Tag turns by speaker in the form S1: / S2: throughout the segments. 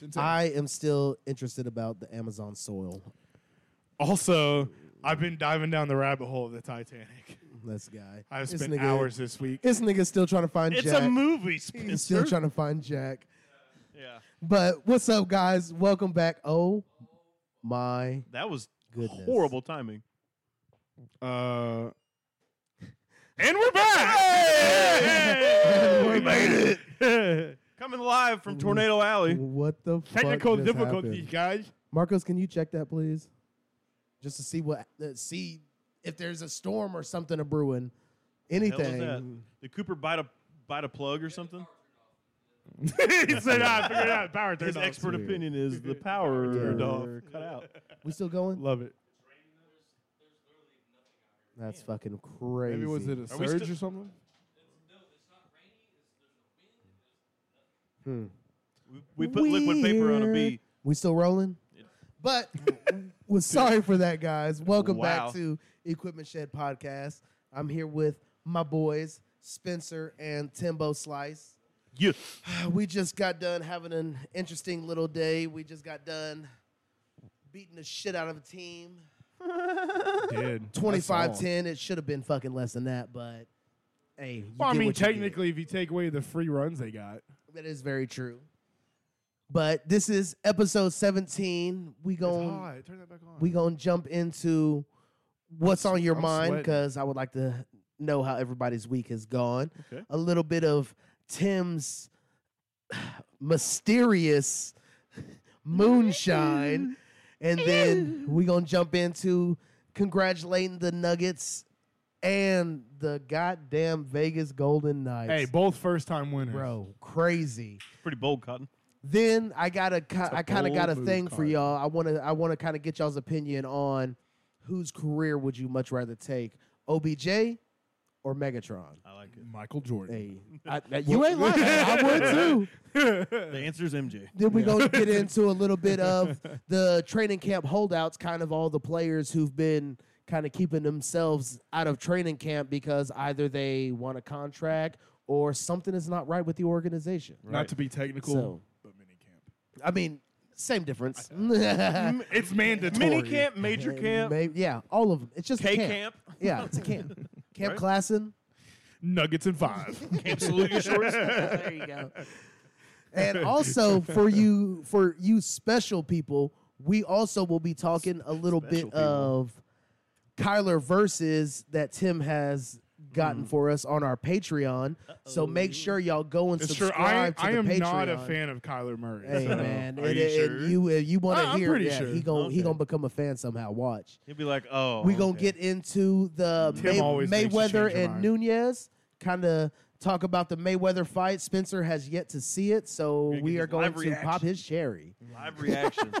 S1: Didn't say-
S2: I am still interested about the Amazon soil.
S1: also, I've been diving down the rabbit hole of the Titanic.
S2: This guy.
S1: I've
S2: This
S1: spent
S2: nigga-
S1: hours this week.
S2: This nigga's still trying to find
S3: It's
S2: Jack.
S3: a movie, Spencer.
S2: He's still trying to find Jack.
S3: yeah,
S2: But what's up, guys? Welcome back. Oh my
S3: that was
S2: Goodness.
S3: horrible timing.
S1: Uh, and we're back.
S2: We
S3: made it. Coming live from Tornado Alley.
S2: what the fuck
S1: Technical
S2: just
S1: difficulties,
S2: happened?
S1: guys.
S2: Marcos, can you check that please? Just to see what uh, see if there's a storm or something a brewing.
S3: Hell was that?
S2: Anything.
S3: Did Cooper bite a bite a plug or something?
S1: he said, "Ah, I figured it out. Power turned
S3: His
S1: off."
S3: expert opinion is the
S2: Yeah.
S3: power dog cut out.
S2: We still going?
S1: Love it.
S2: That's fucking crazy.
S1: Maybe was it a
S3: Are we
S1: surge or
S3: still-
S1: something?
S3: We put liquid paper on a bee.
S2: We still rolling? But was sorry for that, guys. Welcome
S3: Wow.
S2: back to Equipment Shed Podcast. I'm here with my boys, Spencer and Timbo Slice.
S3: Yeah.
S2: We just got done having an interesting little day. We just got done beating the shit out of a team.
S1: Did
S2: 25 10. It should have been fucking less than that, but hey. you
S1: Well, I
S2: did
S1: mean,
S2: what you did.
S1: technically, if you take away the free runs they got,
S2: That is very true. But this is episode 17. We going
S1: Turn that back on.
S2: we gonna jump into what's on your
S1: I'm
S2: mind
S1: sweating.
S2: because I would like to know how everybody's week has gone.
S3: Okay.
S2: A little bit of Tim's mysterious moonshine, and then we gonna jump into congratulating the Nuggets and the goddamn Vegas Golden Knights.
S1: hey, both first time winners,
S2: bro, crazy
S3: Pretty bold, Cotton.
S2: then I got a ki- I kind of
S1: bold
S2: got a
S1: move,
S2: thing for
S1: Cardi.
S2: y'all. I want to I want to kind of get y'all's opinion on whose career would you much rather take, OBJ or Megatron?
S3: I like it.
S1: Michael Jordan.
S2: Hey, I, you ain't lying. I would too.
S3: The answer is MJ.
S2: Then we're going to get into a little bit of the training camp holdouts, kind of all the players who've been kind of keeping themselves out of training camp because either they want a contract or something is not right with the organization.
S1: Not to be technical,
S2: So-
S1: but minicamp.
S2: I mean, same difference.
S1: Mm, It's mandatory.
S3: Mini camp, major camp,
S2: Maybe, yeah, all of them. It's just a
S3: K
S2: camp.
S3: camp,
S2: Yeah, it's a camp. Camp
S3: Right?
S2: Klassen.
S1: Nuggets and five.
S3: camp salute your shorts.
S2: there you go. And also for you for you special people, we also will be talking a little bit
S3: Special people.
S2: of Kyler versus that Tim has
S3: Mm.
S2: gotten for us on our Patreon. So make sure y'all go and
S1: It's true. I,
S2: subscribe
S1: I
S2: to
S1: am
S2: the Patreon.
S1: not a fan of Kyler Murray.
S2: Hey
S1: so-
S2: man,
S3: Are
S2: and,
S3: you
S2: and
S3: sure?
S2: you if you want
S1: I-
S2: to
S1: I'm
S2: hear,
S1: pretty
S2: yeah,
S1: sure.
S2: he gon' he
S3: Okay.
S2: gonna become a fan somehow. Watch.
S3: He'll be like, oh.
S2: we gonna
S3: okay.
S2: get into the
S1: Tim
S2: May-
S1: always makes you
S2: Mayweather
S1: change your
S2: and
S1: mind.
S2: Nunez. Kind of talk about the Mayweather fight. Spencer has yet to see it, so
S3: Gonna
S2: we
S3: get
S2: are
S3: his
S2: going
S3: live
S2: to
S3: reaction.
S2: pop his cherry.
S3: live reaction.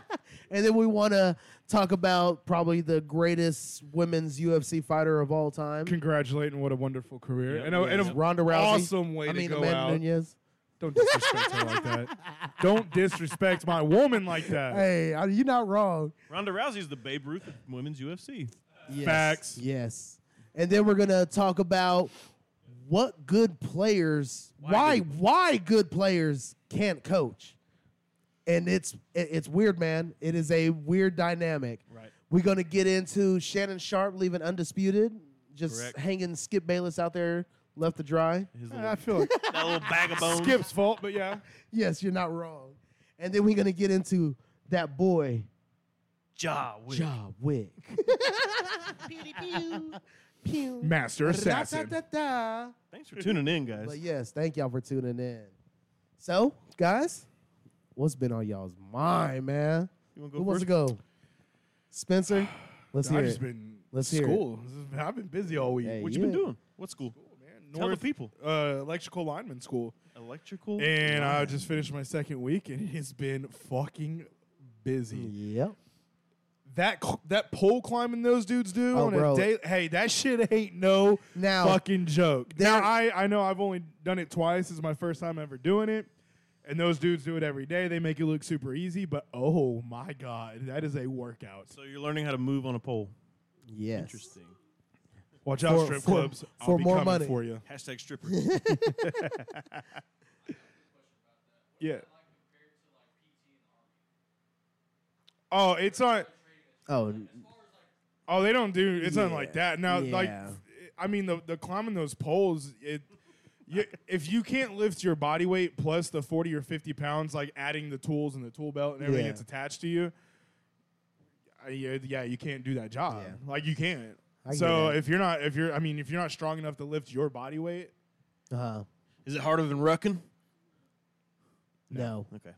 S2: And then we want to talk about probably the greatest women's UFC fighter of all time,
S1: Congratulating what a wonderful career.
S3: Yep.
S1: and a, and a
S2: Ronda Rousey.
S1: awesome way
S2: I mean,
S1: to go
S2: Amanda
S1: out.
S2: Nunez.
S1: Don't disrespect her like that. Don't disrespect my woman like that.
S2: Hey, I- you're not wrong.
S3: Ronda Rousey's the Babe Ruth of women's UFC.
S2: Yes.
S1: Facts.
S2: Yes. And then we're gonna talk about what good players, why
S3: Why
S2: why good, players can't coach, and it's it- it's weird, man. It is a weird dynamic.
S3: Right.
S2: We're gonna get into Shannon Sharp leaving undisputed, just
S3: Correct.
S2: hanging Skip Bayless out there left to dry.
S3: His little,
S1: I feel like
S3: that little bag of bones.
S1: Skip's fault, but yeah.
S2: Yes, you're not wrong. And then we're gonna get into that boy
S3: Ja, Wick.
S2: Ja Wick. Pew.
S1: Master assassin.
S2: Da-da-da-da.
S3: Thanks for tuning in, guys.
S2: But yes, thank y'all for tuning in. So, guys, what's been on y'all's mind, man?
S3: You wanna go
S2: Who wants to
S3: first?
S2: go? Spencer, let's hear
S1: I've just
S2: it.
S1: been
S2: Let's hear it.
S1: school. I've been busy all week.
S2: Hey,
S3: What you been
S2: Yeah.
S3: doing? What school?
S1: Man,
S3: Tell the people.
S1: Uh, electrical lineman school.
S3: Electrical.
S1: And I just finished my second week, and it's been fucking busy.
S2: Yep.
S1: That cl- that pole climbing those dudes do
S2: Oh,
S1: on
S2: bro.
S1: a day. Hey, that shit ain't no
S2: Now-
S1: fucking joke. Now
S2: There-
S1: I I know I've only done it twice. This is my first time ever doing it. And those dudes do it every day. They make it look super easy, but oh my god, that is a workout.
S3: so you're learning how to move on a pole.
S2: Yes.
S3: Interesting.
S1: Watch out,
S2: For-
S1: strip
S2: for-
S1: clubs.
S2: for
S1: I'll be
S2: more
S1: coming
S2: money.
S1: for you.
S3: Hashtag stripper.
S1: Yeah. Oh, it's on.
S2: Oh, n-
S1: Oh, they don't do. It's nothing like
S2: Yeah,
S1: that. Now, like,
S2: yeah.
S1: I mean, the the climbing those poles. It, you, if you can't lift your body weight plus the forty or fifty pounds, like adding the tools and the tool belt and everything
S2: Yeah.
S1: that's attached to you, uh, yeah, yeah, you can't do that job.
S2: Yeah.
S1: Like, you can't.
S2: I get
S1: so
S2: it.
S1: if you're not, if you're, I mean, if you're not strong enough to lift your body weight,
S2: uh-huh.
S3: Is it harder than rucking?
S2: No,
S3: Okay.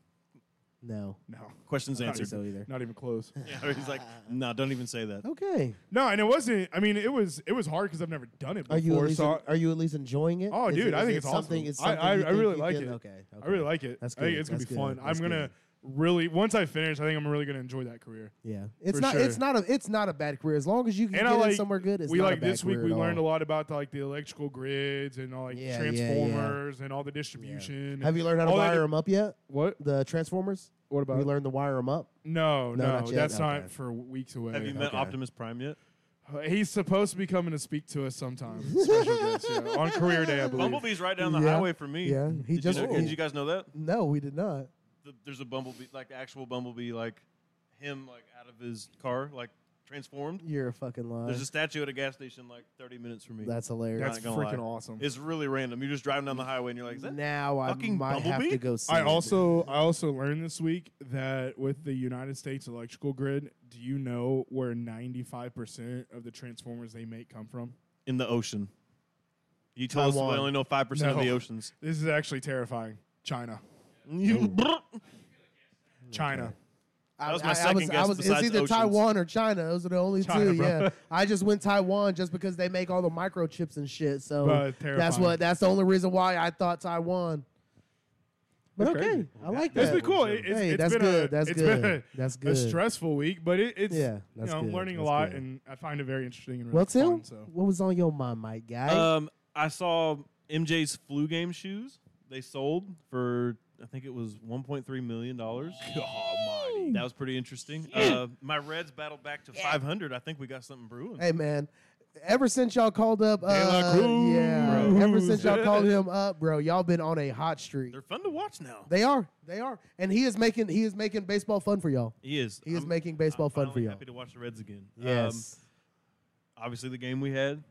S2: no.
S1: no,
S3: Questions
S1: Not
S3: answered.
S2: So either.
S1: not even close.
S3: Yeah, he's like, no, don't even say that.
S2: Okay.
S1: no, and it wasn't. I mean, it was it was hard because I've never done it
S2: Are you at
S1: before.
S2: least
S1: So I,
S2: are you at least enjoying it?
S1: Oh,
S2: Is
S1: dude,
S2: it-
S1: I
S2: is
S1: think
S2: it
S1: it's
S2: something,
S1: awesome.
S2: It's
S1: I-
S2: something
S1: I-
S2: you
S1: I
S2: think
S1: really
S2: you
S1: like
S2: can-
S1: it.
S2: Okay,
S1: I really like it.
S2: That's
S1: I think
S2: good.
S1: it's gonna
S2: That's
S1: be
S2: good.
S1: fun.
S2: That's
S1: I'm gonna
S2: good.
S1: really once I finish, I think I'm really gonna enjoy that career.
S2: Yeah, it's
S1: For
S2: not. It's
S1: sure.
S2: not a. It's not a bad career as long as you can
S1: and
S2: get
S1: I like
S2: in somewhere good. It's
S1: we
S2: not
S1: like
S2: a bad
S1: this week.
S2: career
S1: We
S2: at
S1: learned a
S2: all.
S1: lot about the, like the electrical grids and all like
S2: Yeah, yeah, yeah.
S1: transformers and all the distribution.
S2: Have you learned how to
S1: all that-
S2: wire them up yet?
S1: what?
S2: The Transformers.
S1: What
S2: We learned to wire them up.
S1: No,
S2: No,
S1: no,
S2: not yet.
S1: that's
S2: Okay.
S1: not for weeks away.
S3: Have you met
S2: Okay.
S3: Optimus Prime yet?
S1: He's supposed to be coming to speak to us sometime. special guest, yeah, on career day, I believe.
S3: Bumblebee's right down the
S2: Yeah.
S3: highway from me.
S2: Yeah, he
S3: did
S2: just-
S3: You know,
S2: he-
S3: did you guys know that?
S2: No, we did not.
S3: The, there's a bumblebee, like actual bumblebee, like him, like out of his car, like transformed.
S2: You're a fucking liar.
S3: There's a statue at a gas station, like 30 minutes from me.
S2: That's hilarious.
S1: That's
S3: Not gonna
S1: freaking
S3: lie.
S1: awesome.
S3: it's really random. You're just driving down the highway and you're like, is that
S2: now I
S3: fucking
S2: might have to
S3: Bumblebee?
S2: go see.
S1: I
S2: it.
S1: also I also learned this week that with the United States electrical grid, do you know where 95% of the transformers they make come from?
S3: in the ocean. You told us
S1: Taiwan.
S3: we only know 5% of the
S1: No.
S3: oceans.
S1: This is actually terrifying. China.
S3: You-
S1: China.
S2: I,
S3: That was my
S2: I- I
S3: second
S2: was, I
S3: guess
S2: was- it's
S3: besides
S2: either
S3: oceans.
S2: Taiwan or China. Those are the only
S1: China,
S2: two.
S1: bro.
S2: Yeah, I just went Taiwan just because they make all the microchips and shit. So
S1: Bro,
S2: that's
S1: terrifying.
S2: what. That's the only reason why I thought Taiwan. But
S1: That's
S2: okay,
S1: crazy.
S2: I like
S1: That's
S2: that.
S1: been cool. It, it's,
S2: Hey,
S1: it's
S2: that's
S1: been
S2: good.
S1: A,
S2: That's
S1: it's
S2: good.
S1: Been a,
S2: That's
S1: a
S2: good.
S1: stressful week, but it, it's
S2: Yeah,
S1: yeah,
S2: that's
S1: you know, I'm
S2: good.
S1: learning
S2: That's
S1: a lot,
S2: good.
S1: and I find it very interesting and really
S2: Well,
S1: fun.
S2: Tim,
S1: So
S2: what was on your mind, Mike guy?
S3: Um, I saw MJ's flu game shoes. They sold for I think it was 1.3 million dollars. That was pretty interesting. Uh, my Reds battled back to 500. I think we got something brewing.
S2: hey man, ever since y'all called up, uh,
S1: La Cruz,
S2: yeah,
S1: bro.
S2: ever since y'all called him up, bro, y'all been on a hot streak.
S3: They're fun to watch now.
S2: They are, they are, and he is making he is making baseball fun for y'all.
S3: He is.
S2: He is
S3: I'm-
S2: making baseball
S3: I'm
S2: fun for
S3: finally
S2: y'all.
S3: Happy to watch the Reds again. Um,
S2: Yes.
S3: obviously, the game we had,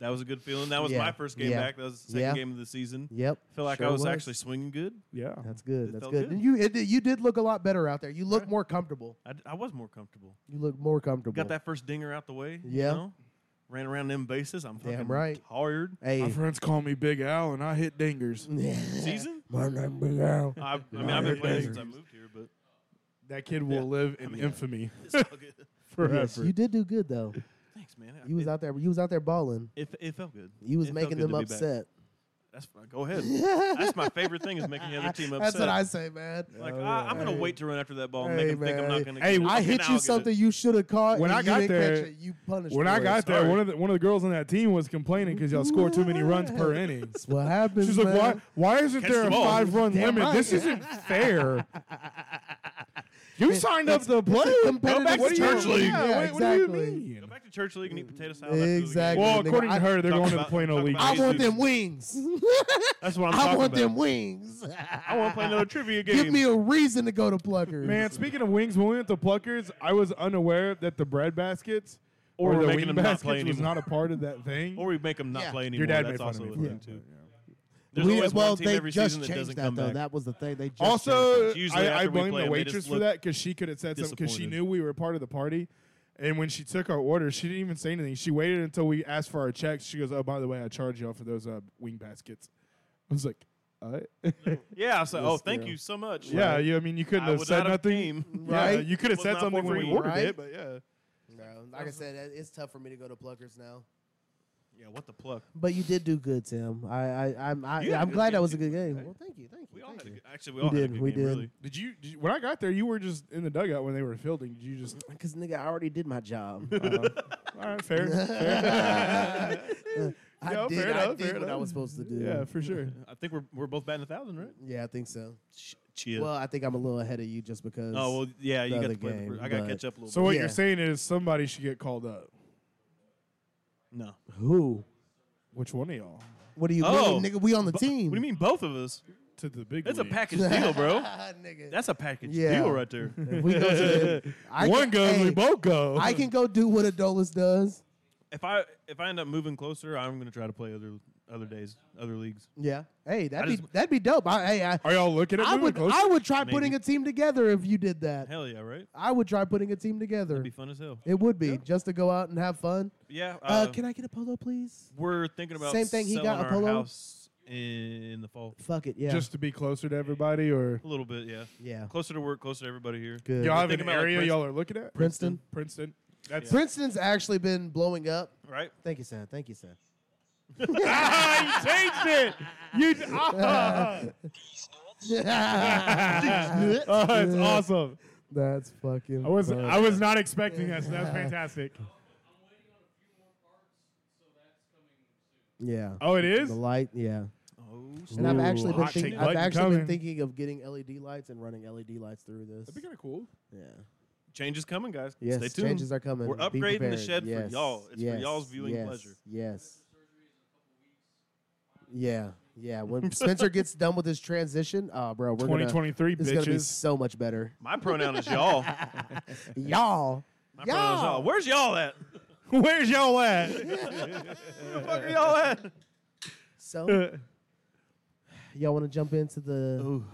S3: that was a good feeling. That was
S2: Yeah.
S3: my first game
S2: Yeah.
S3: back. That was the second
S2: Yeah.
S3: game of the season.
S2: yep.
S3: I feel like I
S2: Sure
S3: was, actually swinging good.
S1: yeah,
S2: That's good.
S3: It
S2: That's
S3: felt
S2: good.
S3: good.
S2: And you, it, you did look a lot better out there. You look more comfortable.
S3: I, d- I was more comfortable.
S2: You look more comfortable.
S3: Got that first dinger out the way. you
S2: Yeah.
S3: know? Ran around them bases. I'm
S2: Damn
S3: fucking
S2: right.
S3: tired.
S1: my
S2: Hey.
S1: friends call me Big Al, and I hit dingers.
S3: Season?
S2: My name Big Al.
S3: I, I mean, I've been playing since I moved here, but
S1: That kid will live in infamy
S3: it's all good.
S1: forever.
S2: Yes, you did do good though.
S3: Thanks, man.
S2: You was
S3: it,
S2: out there. You was out there balling.
S3: it, it felt good.
S2: You was
S3: It felt
S2: making
S3: good
S2: them
S3: to be back.
S2: upset.
S3: That's fine. Go ahead. That's my favorite thing is making the other team upset.
S2: That's what I say, man. Oh,
S3: like. I, I'm gonna wait to run after that ball and
S2: Hey,
S3: make them think I'm
S2: man.
S3: not gonna.
S1: Hey,
S3: get it.
S1: I
S2: I
S3: Okay,
S2: hit
S3: now
S2: you
S3: I'll get
S2: something
S3: it.
S2: you should have caught.
S1: When
S2: and
S1: I
S2: you
S1: got
S2: didn't catch
S1: there-
S2: it. you punished.
S1: When I
S2: for it.
S1: got there,
S3: Sorry.
S1: one of the one of the girls on that team was complaining because y'all score too many runs per inning.
S2: That's what happens.
S1: She's like,
S2: man.
S1: why? Why isn't
S3: Catch
S1: there
S3: the
S1: a
S3: ball.
S1: five run
S2: Damn
S1: limit?
S2: right.
S1: This isn't fair. You signed up the player.
S2: competitive
S1: what do you-
S3: church league.
S1: Yeah,
S2: Yeah,
S1: wait, what do
S2: exactly.
S1: you mean?
S3: Go back to church league and eat potato salad. after the game.
S2: Exactly.
S1: Well,
S2: nigga,
S1: according
S2: I-
S1: to her, they're
S3: Talk
S1: going to the
S3: about-
S1: Plano
S3: talk
S1: League.
S3: about
S2: I want
S3: Jesus.
S2: them wings.
S3: That's what I'm
S2: I
S3: talking
S2: want
S3: about.
S2: them wings.
S3: I want to play another trivia game.
S2: Give me a reason to go to Pluckers.
S1: Man, speaking of wings, when we went to Pluckers, I was unaware that the bread baskets
S3: Or
S1: or,
S3: we're
S1: the
S3: making
S1: wing
S3: them not
S1: baskets
S3: play
S1: was
S3: anymore.
S1: not a part of that thing.
S3: or we make them not
S2: Yeah.
S3: play anymore.
S1: Your dad
S3: That's
S1: made fun of
S3: also
S1: me
S3: a
S1: for
S3: thing
S1: that.
S3: too.
S1: Yeah.
S3: There's
S2: We-
S3: always
S2: well,
S3: one team
S2: they
S3: every
S2: just
S3: season that
S2: changed
S3: doesn't
S2: that
S3: come
S2: though.
S3: back.
S2: That was the thing. They just
S1: Also,
S3: It's
S1: I,
S3: usually
S1: I
S3: after we
S1: blame
S3: play
S1: the
S3: them, they
S1: waitress
S3: just
S1: for
S3: look
S1: that because she could have said something because she
S3: disappointed.
S1: knew we were part of the party. And when she took our order, she didn't even say anything. She waited until we asked for our checks. She goes, "Oh, by the way, I charge y'all for those uh, wing baskets." I was like, "Uh,
S3: Yeah, I said, oh,
S2: Yes,
S3: thank
S2: yeah.
S3: you so much.
S1: yeah, you, I mean, you couldn't
S3: I
S1: have
S3: would
S1: said
S3: not have
S1: nothing,
S3: came.
S1: Yeah,
S2: Right?
S1: you could have
S3: Was
S1: said
S3: not
S1: something
S3: what
S1: when we
S3: we
S1: ordered
S2: wanted.
S1: it, but yeah,
S2: Bro, like I said, it- it's tough for me to go to Pluckers now.
S3: Yeah, what the pluck?
S2: But you did do good, Tim. I, I, I'm, I,
S3: You had a
S2: I'm
S3: good
S2: glad that
S3: game,
S2: was a
S3: too.
S2: good game. Well, thank you, thank you.
S3: We all
S2: thank
S3: had a
S2: you.
S3: good, actually, we all had
S2: did,
S3: a good
S2: we
S3: game,
S2: did.
S3: really.
S1: Did you, did you- When I got there, you were just in the dugout when they were fielding. Did you just?
S2: Because nigga, I already did my job.
S1: Uh, all right, fair. fair.
S2: I
S1: No,
S2: did,
S1: fair
S2: I
S1: enough,
S2: did
S1: fair
S2: what I
S1: enough.
S2: was supposed to do.
S1: yeah, for sure.
S3: I think we're, we're both batting a 1,000, right?
S2: Yeah, I think so.
S3: Ch- Chill.
S2: Well, I think I'm a little ahead of you just because.
S3: oh, well, yeah, you
S2: the
S3: got
S2: other
S3: to play. the
S2: game,
S3: first- I got to
S2: but-
S3: catch up a little
S1: So
S3: bit.
S1: what
S2: Yeah.
S1: you're saying is somebody should get called up.
S3: No.
S2: who?
S1: Which one of y'all?
S2: What do you
S3: Oh.
S2: mean, nigga? We on the
S3: Bo-
S2: team.
S3: What do you mean, both of us?
S1: to the big.
S3: That's a
S1: leagues.
S3: package deal, bro.
S2: Nigga.
S3: That's a package
S2: Yeah.
S3: deal right there.
S2: If we go to the- I
S1: One
S2: can-
S1: goes,
S2: hey,
S1: we both go.
S2: I can go do what Adolis does.
S3: if I if I end up moving closer, I'm gonna try to play other other days, other leagues.
S2: Yeah. Hey, that'd
S3: I
S2: be
S3: just-
S2: that'd be dope. I, hey, I,
S1: Are y'all looking at
S2: I
S1: moving
S2: would
S1: closer?
S2: I would try
S3: Maybe.
S2: putting a team together if you did that.
S3: Hell yeah, right?
S2: I would try putting a team
S3: That'd
S2: together.
S3: be fun as hell.
S2: It would be just to go out and have fun.
S3: Yeah.
S2: Uh,
S3: Uh,
S2: can I get a polo, please?
S3: we're thinking about
S2: Same thing, he got
S3: selling
S2: a
S3: our
S2: polo?
S3: house in the fall.
S2: Fuck it. Yeah.
S1: Just to be closer to everybody, or
S3: A little bit, yeah.
S2: yeah.
S3: Closer to work, closer to everybody here.
S2: Good.
S1: y'all have
S3: Think
S1: an
S3: about, like,
S1: area
S3: Princeton.
S1: y'all are looking at?
S2: Princeton.
S1: Princeton. That's
S2: Princeton's actually been blowing up.
S3: Right?
S2: Thank you, Sam. Thank you, Sam.
S1: ah, you changed it. You. Ah. oh, it's awesome.
S2: That's fucking.
S1: I was
S2: funny.
S1: I was not expecting that, so that was fantastic.
S2: yeah.
S1: Oh, it is.
S2: The light. Yeah.
S3: Oh,
S2: And I've actually been
S1: hot
S2: thinking.
S1: take
S2: I've
S1: button
S2: actually
S1: coming.
S2: been thinking of getting LED lights and running LED lights through this.
S1: That'd be kind of cool.
S2: Yeah.
S3: change is coming, guys.
S2: Yes.
S3: Stay tuned.
S2: Changes are coming.
S3: We're
S2: Be
S3: upgrading the
S2: prepared.
S3: shed for
S2: Yes,
S3: y'all. It's for
S2: yes,
S3: y'all's viewing
S2: yes,
S3: pleasure.
S2: Yes. Yeah. Yeah. When Spencer gets done with his transition, oh, bro, we're
S1: Twenty
S2: gonna.
S1: twenty three
S2: It's gonna be
S1: bitches.
S2: so much better.
S3: My pronoun is y'all. My
S2: Y'all.
S3: pronoun is y'all.
S2: Y'all.
S3: Where's y'all at?
S1: Where's y'all at?
S3: Where the fuck are y'all at?
S2: So y'all want to jump into the
S3: Ooh.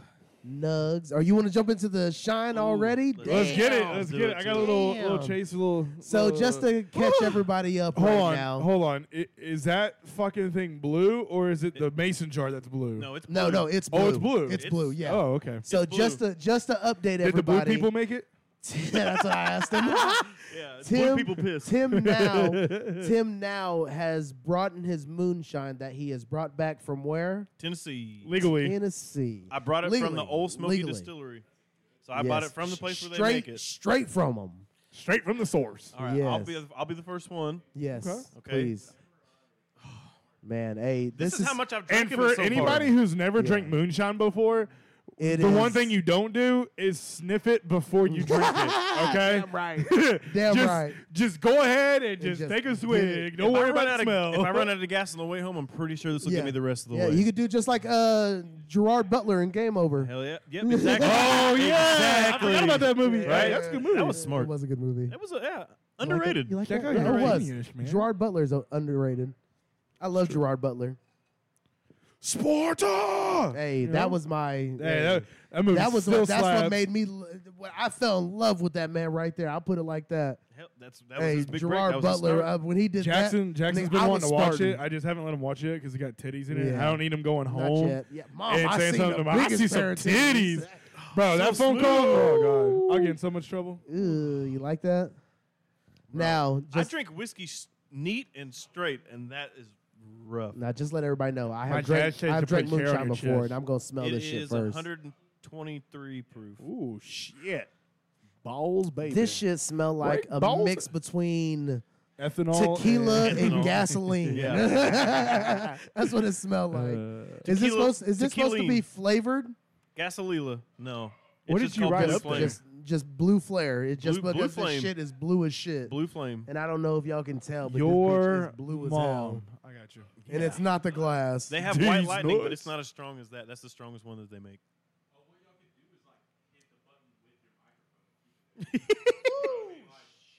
S2: nugs, or you want to jump into the shine already?
S3: let's-
S1: Let's get it.
S2: Damn.
S1: Let's
S3: Do
S1: get it.
S3: it,
S1: I got a
S3: do it.
S1: little little
S2: Damn.
S1: chase, a little.
S2: So
S3: Uh,
S1: little- uh,
S2: just to catch everybody up
S1: hold
S2: right
S1: on,
S2: now.
S1: hold on. I- is that fucking thing blue or is it the mason jar that's blue?
S3: No, it's
S2: no,
S3: blue.
S2: no, it's blue.
S1: Oh, it's blue.
S2: It's,
S3: It's-
S2: blue. Yeah.
S1: Oh, okay.
S2: so
S3: it's
S2: just to just to update
S1: Did the blue
S2: everybody.
S1: people make it?
S2: that's what I asked them.
S3: Yeah, it's blue
S2: Tim,
S3: people piss.
S2: Tim now, Tim now has brought in his moonshine that he has brought back from where?
S3: Tennessee.
S1: Legally.
S2: Tennessee.
S3: I brought it from the
S2: Legally.
S3: old Smoky
S2: Legally.
S3: Distillery. So I bought
S2: Yes.
S3: it from the place where
S2: straight,
S3: they make it.
S2: Straight from them.
S1: Straight from the source.
S3: All right, I'll
S2: Yes.
S3: be the, I'll be the first one.
S2: Yes.
S1: Okay.
S3: Okay.
S2: Please. Man, hey,
S3: This,
S2: this,
S3: is, how much I've
S1: And
S3: drank of
S1: for
S3: it so
S1: anybody
S3: far.
S1: who's never drank moonshine before,
S2: it
S1: the one
S2: is-
S1: thing you don't do is sniff it before you drink it. Okay.
S2: Damn right. Damn
S1: just,
S2: right.
S1: Just go ahead and just,
S2: just
S1: take a
S2: get
S1: swig.
S2: it.
S1: Don't
S3: If I
S1: worry
S3: run
S1: about
S3: out
S1: the
S3: of-
S1: smell.
S3: If I run out of gas on the way home, I'm pretty sure this will give me the rest of the
S2: yeah,
S3: way.
S2: you could do just like uh, Gerard Butler in Game Over.
S3: Hell yeah. Yep, exactly.
S1: oh yeah, I
S3: Exactly.
S1: forgot about that movie.
S2: Yeah.
S1: Right, that's a good movie.
S3: That was smart.
S2: It was a good movie.
S3: That was, a,
S2: You
S3: yeah,
S2: like it?
S3: underrated.
S2: You like
S1: Check
S2: that?
S1: out
S2: Yeah,
S1: your
S2: it was.
S1: English, man.
S2: Gerard Butler's uh, underrated. I love Gerard Butler.
S1: Sparta.
S2: Hey,
S1: know?
S2: that was my.
S1: Hey, that, that movie
S2: that was
S1: still
S2: what, that's
S1: slaps.
S2: what made me. l- what- I fell in love with that man right there. I'll put it like that.
S3: Hell, that's, that was
S2: hey,
S3: his big
S2: Gerard
S3: break. That was his
S2: Butler,
S3: start.
S2: uh, when he did
S1: Jackson.
S2: that,
S1: Jackson's
S2: nigga,
S1: been
S2: I
S1: wanting
S2: was
S1: to watch
S2: starting.
S1: it. I just haven't let him watch it because he got titties in it.
S2: Yeah.
S1: I don't need him going
S2: Not
S1: home.
S2: yet. Yeah, mom,
S1: and
S2: Oh, I
S1: saying
S2: seen
S1: something
S2: the
S1: about I see
S2: biggest
S1: some
S2: pair of titties.
S1: titties. Bro, that phone
S3: smooth.
S1: call. Oh god, I get in so much trouble.
S2: Ooh, you like that? Now,
S3: I
S2: just
S3: drink whiskey s- neat and straight, and that is rough.
S2: now, just let everybody know I
S1: My
S2: have drank,
S1: dad said
S2: I've
S1: to
S2: drank
S1: put hair on
S2: moonshine
S1: your
S2: before,
S1: chest.
S2: and I'm gonna smell
S3: It
S2: this shit
S3: is
S2: first.
S3: 123 proof.
S1: Ooh shit, balls, baby.
S2: This shit smell like
S1: Right?
S2: a
S1: Balls-
S2: mix between
S1: ethanol,
S2: tequila
S1: and-
S2: and
S3: Ethanol.
S2: gasoline. That's what it smelled like.
S1: Uh,
S2: is this
S3: Tequila-
S2: supposed? Is this supposed to be
S3: tequiline.
S2: flavored?
S3: Gasolila. No.
S1: What did
S3: It's just
S1: you
S3: called
S1: write
S3: Blue
S1: up there?
S3: Flame.
S2: Just, just blue flare. It's just
S3: Blue- blue
S2: because this
S3: flame.
S2: shit is blue as shit.
S3: Blue Flame.
S2: And I don't know if y'all can tell, but this bitch
S1: your
S2: is blue as hell.
S1: mom. I got you.
S2: And it's not the glass.
S3: They have
S1: Dude,
S3: white
S1: he's
S3: lightning, but
S1: nuts.
S3: it's not as strong as that. That's the strongest one that they make.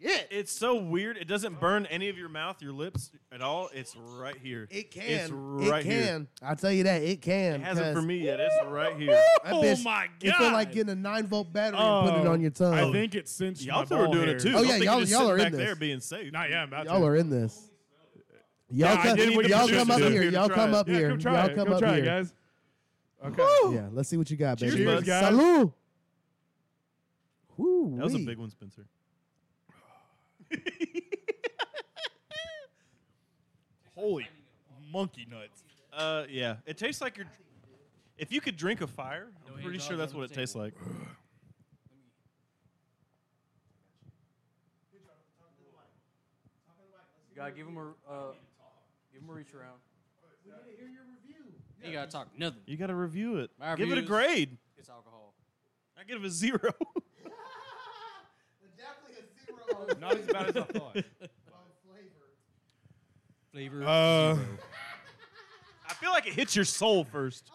S2: shit.
S3: It's so weird. It doesn't burn any of your mouth, your lips at all. It's right here.
S2: It can.
S3: It's right
S2: it
S3: here.
S2: can. I'll tell you that. It can.
S3: It hasn't for
S2: 'cause
S3: me yet. It's right here.
S2: that
S1: Oh
S2: bitch-
S1: my
S2: It feel like
S1: God.
S2: getting a nine volt battery and putting it
S1: Oh,
S2: on your tongue.
S1: I think it's cinched.
S3: Y'all
S1: my
S3: two are
S1: ball
S3: doing
S1: hair.
S3: it too.
S2: Oh,
S3: Don't
S2: yeah,
S3: think
S2: y'all-
S3: you're just
S2: y'all
S3: sitting
S2: are in
S3: back
S2: this.
S3: there being safe.
S1: Not yet. I'm about
S2: y'all
S1: to.
S2: are in this. Y'all
S1: I
S2: come,
S1: did what the
S2: y'all
S1: producers
S2: come up
S1: do.
S2: here.
S1: Give it a
S2: Y'all
S1: try.
S2: come up
S1: Yeah,
S2: here.
S1: Come try
S2: y'all
S1: it.
S2: come
S1: Go
S2: up
S1: try
S2: here.
S1: it, guys. Okay.
S2: Yeah, let's see what you got,
S3: Cheers,
S2: baby.
S3: bud.
S1: guys.
S2: Salud.
S3: That was a big one, Spencer.
S1: Holy monkey nuts.
S3: Uh, yeah. It tastes like you're. If you could drink a fire, I'm pretty sure that's what it tastes like.
S4: You gotta give him a uh, give him a reach around. We need to hear your review. You gotta talk nothing.
S3: You got to review it.
S4: My
S3: Give it a
S4: reviews-
S3: grade.
S4: It's alcohol.
S3: I give it a zero.
S5: Not as bad as I thought.
S4: Flavor.
S1: Uh,
S3: Uh,
S6: Oh,
S3: I feel like it hits your soul first.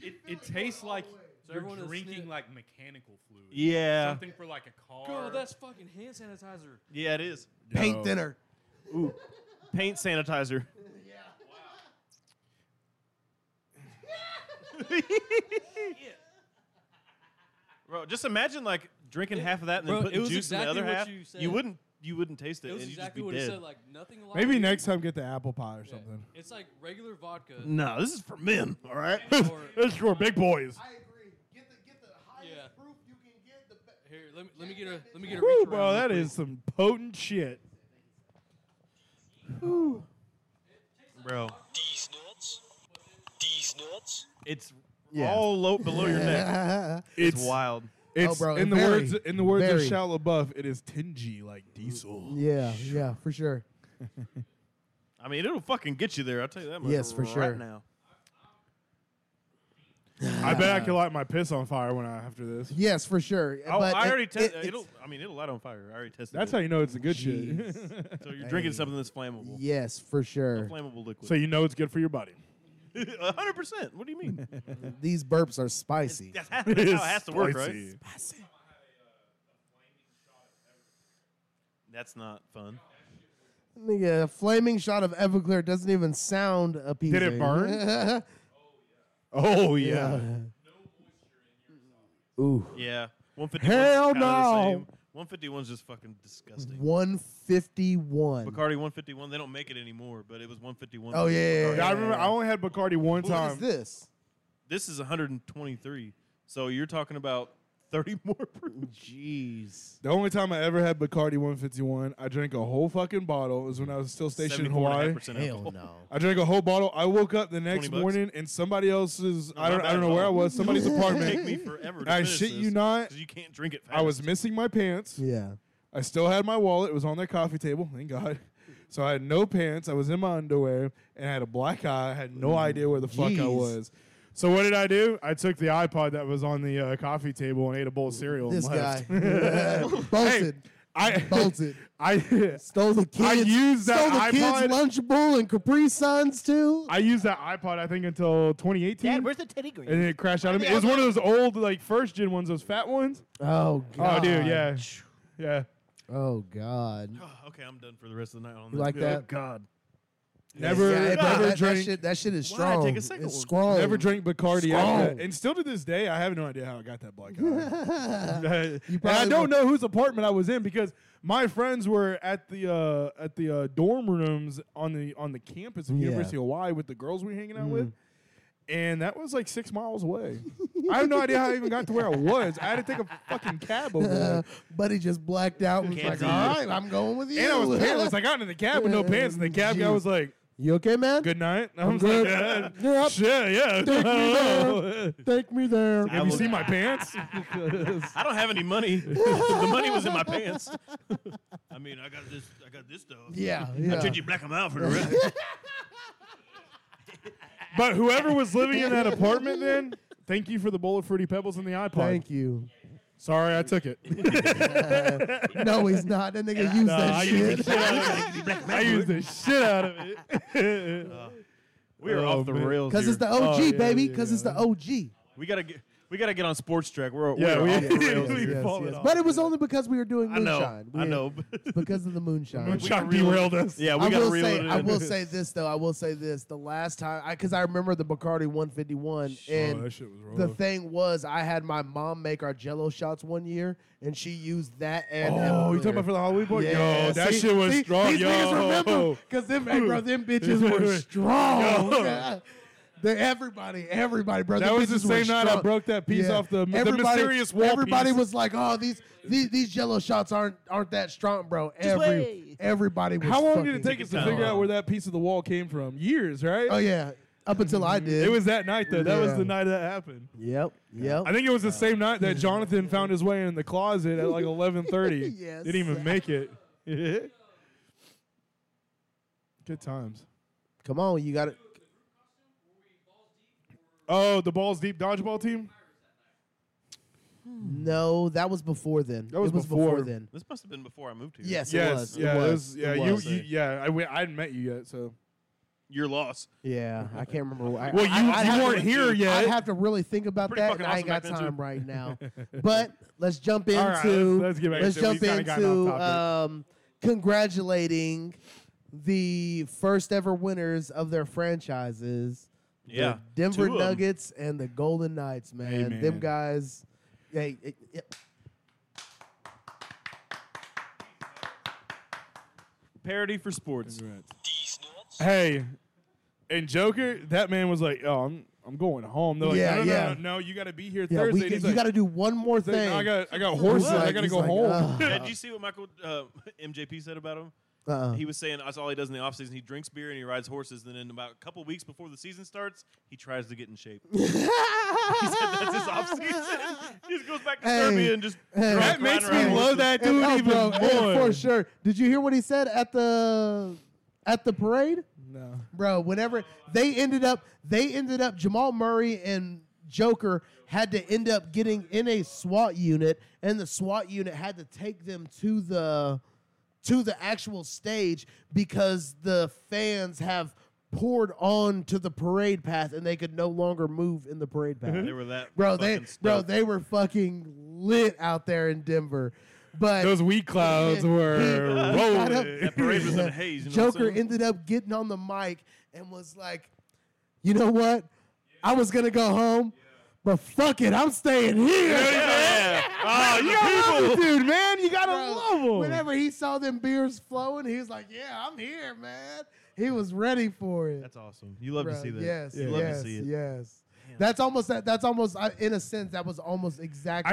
S5: It, it tastes like
S4: So
S5: you're
S4: everyone is
S5: drinking
S4: sni-
S5: like mechanical fluid.
S3: Yeah.
S5: Something for like a car.
S4: Girl, that's fucking hand sanitizer.
S3: Yeah, it is.
S2: Paint thinner.
S3: Ooh, paint sanitizer. Bro, just imagine like drinking
S4: It-
S3: half of that and then
S4: bro, it
S3: putting
S4: was
S3: juice in the
S4: exactly
S3: other
S4: what
S3: half.
S4: you said.
S3: wouldn't you wouldn't taste it,
S4: It was
S3: and
S4: exactly
S3: you'd
S4: what
S3: just
S4: it
S3: be
S4: said.
S3: dead.
S4: Like nothing like
S1: Maybe
S4: it.
S1: next time get the apple pie or
S4: Yeah.
S1: something.
S4: It's like regular vodka.
S3: no, this is for men, all right?
S4: Or-
S1: It's for big boys.
S6: I agree. Get the get the highest
S4: Yeah.
S6: proof you can get. The be-
S4: Here, let me let me get a let me get a
S1: Woo,
S4: reach
S1: bro,
S4: around
S1: that
S4: real
S1: is some potent shit.
S3: Bro,
S7: These nuts. These nuts.
S3: it's
S2: Yeah.
S3: all low below your neck. It's, wild.
S1: It's
S2: Oh, bro,
S1: in the
S2: very,
S1: words in the words
S2: very.
S1: of Shia LaBeouf, it is tingy like diesel.
S2: yeah, yeah, for sure.
S3: I mean, it'll fucking get you there. I'll tell you that much.
S2: Yes, for
S3: right
S2: sure.
S3: Now,
S1: I bet I could light my piss on fire when I after this.
S2: Yes, for sure.
S3: I,
S2: but
S3: Oh, I
S2: it-
S3: already
S2: it-
S3: tested.
S2: it's-
S3: It, will I mean, it'll light on fire. I already tested.
S1: That's
S3: it.
S1: how you know it's the good
S2: Jeez.
S1: shit.
S3: So you're drinking
S2: Hey.
S3: something that's flammable.
S2: Yes, for
S3: A
S2: sure.
S3: flammable liquid.
S1: so you know it's good for your body.
S3: A hundred percent. What do you mean?
S2: These burps are spicy.
S3: That's how that's how it has to work, right?
S1: Spicy.
S3: That's not fun.
S2: Nigga, a flaming shot of Everclear doesn't even sound appeasing.
S1: Did it burn? Oh yeah.
S2: yeah. Ooh.
S3: Yeah. 151's
S2: Hell
S3: kinda the
S2: no.
S3: same. 151's just fucking disgusting.
S2: 151.
S3: Bacardi 151, they don't make it anymore, but it was 151.
S2: Oh, yeah.
S1: Yeah, I remember I only had Bacardi one
S2: What is
S1: time.
S2: this?
S3: This is 123. So you're talking about 30 more proof.
S2: Jeez.
S1: The only time I ever had Bacardi 151, I drank a whole fucking bottle. It was when I was still stationed in Hawaii.
S3: 74.5%
S2: Hell
S3: alcohol.
S2: no.
S1: I drank a whole bottle. I woke up the next
S3: bucks?
S1: morning and somebody else's I don't
S3: not
S1: I don't
S3: bad
S1: know
S3: at
S1: where I
S3: all.
S1: was, somebody's
S3: It'll take me
S1: apartment.
S3: forever to
S1: I
S3: finish
S1: shit
S3: this,
S1: you not.
S3: 'cause you can't drink it fast.
S1: I was missing my pants.
S2: Yeah.
S1: I still had my wallet. It was on their coffee table. Thank God. So I had no pants. I was in my underwear and I had a black eye. I had no idea where the fuck I
S2: Mm, jeez.
S1: was. So what did I do? I took the iPod that was on the uh, coffee table and ate a bowl of cereal.
S2: This
S1: and
S2: guy.
S1: left.
S2: Bolted.
S1: I
S2: Bolted.
S1: I
S2: Stole the kids.
S1: I used that
S2: Stole the
S1: iPod.
S2: kids' Lunchable and Capri Suns, too.
S1: I used that iPod I think until 2018.
S7: the Teddy Green?
S1: and then it crashed out of me. It was one of those old like first gen ones, those fat ones.
S2: Oh, God.
S1: Oh dude, yeah, yeah.
S2: Oh, God.
S3: okay, I'm done for the rest of the night on
S2: You
S3: this.
S2: like
S3: Oh,
S2: that?
S3: God.
S1: Never,
S2: Yeah, hey, bro,
S1: never
S2: that, that
S1: drink.
S2: shit, that shit is
S3: Why
S2: strong.
S3: take a second
S2: it's
S3: one?
S2: strong.
S1: Never drank Bacardi after
S2: Strong.
S1: that. And still to this day, I have no idea how I got that black eye. and I
S2: probably
S1: don't know whose apartment I was in because my friends were at the uh, at the uh, dorm rooms on the on the campus of
S2: Yeah. Mm.
S1: University of Hawaii with the girls we were hanging out with. And that was like six miles away. I have no idea how I even got to where I was. I had to take a fucking cab over there.
S2: Buddy just blacked out and was
S3: Can't
S2: like,
S3: do
S2: all right, I'm going with you.
S1: And I was pantless. I got into the cab with no pants, and the cab guy was like,
S2: you okay, man?
S1: "Good night." And I
S2: I'm
S1: was like,
S2: good.
S1: "Yeah,
S2: Yep.
S1: "Shit, yeah."
S2: Take me there. Take me there.
S1: Have you
S3: will-
S1: seen my pants?
S3: I don't have any money. the money was in my pants. I mean, I got this. I got this stuff.
S2: Yeah, yeah.
S3: Did you black them out for the rest?
S1: But whoever was living in that apartment then, thank you for the bowl of fruity pebbles and the iPod.
S2: Thank you.
S1: Sorry, I took it.
S2: No, he's not. That nigga used
S1: Uh,
S2: that shit.
S1: I used the shit out of it.
S3: we are
S1: Oh,
S3: off the
S1: man.
S3: rails.
S2: Because it's
S3: here.
S2: the OG,
S1: Oh, yeah,
S2: baby.
S1: yeah,
S2: Because it's the
S1: yeah.
S2: OG.
S3: we gotta get we gotta get on sports track. We're,
S1: Yeah,
S3: we're
S1: we-
S3: off the rails.
S1: we-
S3: here.
S1: Yes, falling yes. off.
S2: But it was only because we were doing
S3: I know.
S2: moonshine. We
S3: I
S2: had-
S3: know. but-
S2: it's Because of the moonshine.
S1: Moonshot
S3: reel it-
S1: derailed us.
S3: yeah, we
S2: I
S3: gotta
S2: will
S3: reel
S2: say,
S3: it
S2: I
S3: in.
S2: will say this though. I will say this. The last time, because I, remember the Bacardi 151, and
S1: that shit was rough.
S2: the thing was, I had my mom make our Jello shots one year, and she used that. And
S1: Oh, you
S2: Everclear.
S1: talking about for the Halloween boy?
S2: Yeah,
S1: Yo, that
S2: see-
S1: shit was
S2: see,
S1: strong.
S2: These
S1: Yo,
S2: niggas remember because them, hey, bro, them bitches were strong.
S1: Yo.
S2: They- everybody, everybody, bro.
S1: That
S2: them
S1: was the
S2: bitches were
S1: same night I
S2: strong.
S1: broke that piece off the- the mysterious wall
S2: Everybody
S1: piece.
S2: was like, "Oh, these these these Jello shots aren't aren't that strong, bro." Every
S7: wait.
S2: everybody. Was
S1: How long did
S2: fucking-
S1: it take us to
S3: time.
S1: figure out where that piece of the wall came from? Years, right?
S2: Oh yeah, up until I did.
S1: It was that night though. That was
S2: Yeah.
S1: the night that happened.
S2: Yep. Yep.
S1: I think it was the same night that Jonathan found his way in the closet at like 11:30.
S2: Yes.
S1: Didn't even make it. Good times.
S2: Come on, you got it.
S1: Oh, the balls deep dodgeball team.
S2: No, that was before then.
S1: That was
S2: it was before,
S1: before.
S2: then.
S3: This must have been before I moved here.
S2: Yes, it
S1: yes,
S2: was.
S1: yeah, it
S2: it was.
S1: yeah.
S2: it was.
S1: You, you, yeah. I, w- I hadn't met you yet, so
S3: your loss.
S2: Yeah, I can't remember. Wh- I,
S1: Well, you-
S2: I, I'd
S1: you
S2: have to-
S1: weren't here
S2: I'd
S1: yet.
S2: have to really think about
S3: Pretty
S2: that.
S3: fucking
S2: and I ain't got
S3: awesome back then,
S2: time
S3: too.
S2: right now. But let's jump into
S1: All right, let's- let's get back to it.
S2: jump
S1: We've kinda gotten off
S2: into
S1: topic.
S2: um, congratulating the first ever winners of their franchises. the
S3: Yeah,
S2: Denver
S3: two of 'em.
S2: Nuggets and the Golden Knights, man. Them
S1: man.
S2: guys. Hey, it- it-
S3: Parody for sports.
S7: These nuts.
S1: Hey, and Joker, that man was like, "Oh, I'm I'm going home." They're like, no,
S2: Yeah,
S1: no,
S2: yeah.
S1: no, no, no, you got to be here
S2: yeah,
S1: Thursday.
S2: we
S1: And
S2: can-
S1: he's
S2: you
S1: like,
S2: got to do one more
S1: he's like,
S2: thing.
S1: no, I got I got horses.
S2: He's
S1: I
S2: like-
S1: got to
S2: he's
S1: go
S2: like,
S1: home.
S2: "Ugh,
S3: Yeah, did you see what Michael uh, MJP said about him?
S2: uh-uh."
S3: He was saying that's all he does in the offseason. He drinks beer and he rides horses. Then in about a couple weeks before the season starts, he tries to get in shape. he said that's his offseason. he just goes back to
S2: Hey,
S3: Serbia and just
S2: hey.
S3: drives
S1: that
S2: That
S3: around
S1: makes me
S3: riding
S1: love
S3: horses.
S1: that
S2: And-
S1: dude
S2: oh,
S1: even
S2: bro, and
S1: more.
S2: For sure. Did you hear what he said at the at the parade?
S1: No.
S2: Bro, whenever they ended up they ended up Jamal Murray and Joker had to end up getting in a SWAT unit and the SWAT unit had to take them to the to the actual stage because the fans have poured on to the parade path and they could no longer move in the parade path.
S3: They were that
S2: bro, they
S3: fucking
S2: bro,
S3: stoked.
S2: they were fucking lit out there in Denver. But
S1: Those wheat clouds were
S2: He- he got up-
S1: rolling.
S3: That parade was in a haze. You know what I'm
S2: Joker
S3: saying?
S2: ended up getting on the mic and was like, "You know what? I was gonna go home, but fuck it, I'm staying here."
S1: Oh, you gotta love the dude, man. You gotta
S2: Bro,
S1: love him.
S2: Whenever he saw them beers flowing, he was like, "Yeah, I'm here, man." He was ready for it.
S3: That's awesome. You love to
S2: Bro,
S3: see that.
S2: Yes,
S1: You
S3: love to
S2: yes,
S3: see it.
S2: yes. That's almost that. That's almost uh, in a sense. That was almost exactly.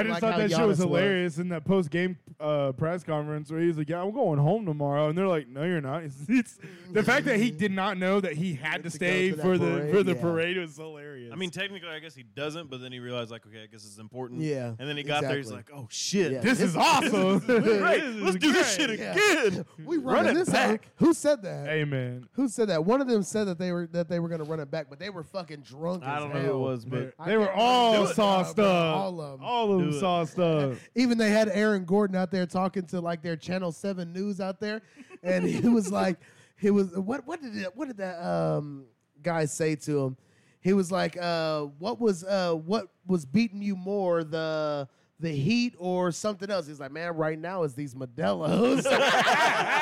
S1: I just
S2: like
S1: thought
S2: how
S1: that shit was
S2: Giannis
S1: hilarious in that post game uh, press conference where he's like, "Yeah, I'm going home tomorrow," and they're like, "No, you're not." It's, it's- the fact that he did not know that he had to
S2: to go
S1: stay
S2: to that
S1: for the
S2: parade,
S1: for the
S2: yeah.
S1: parade was hilarious.
S3: I mean, technically, I guess he doesn't, but then he realized, like, okay, I guess it's important.
S2: Yeah,
S3: And then he got there. He's like,
S2: exactly.
S3: oh, shit.
S2: Yeah.
S1: this is awesome.
S3: Great. Let's do this shit
S2: Yeah.
S3: again.
S2: We running
S3: it
S2: this
S3: back.
S2: out. Who said that?
S1: Amen.
S2: Who said that? One of them said that they were that they were gonna run it back, but they were fucking drunk.
S3: I
S2: as
S3: don't know who it
S2: hell.
S3: was, but
S2: I
S1: They were
S2: can't
S1: all
S2: remember.
S1: sauced
S2: Uh, bro,
S1: up.
S2: All of them.
S1: All of them
S3: Do it.
S1: sauced up.
S2: Even they had Aaron Gordon out there talking to like their Channel Seven news out there, and he was like, he was what what did it, what did that um guy say to him? He was like, uh, what was uh what was beating you more the the heat or something else? He's like, man, right now it's these Modelo's.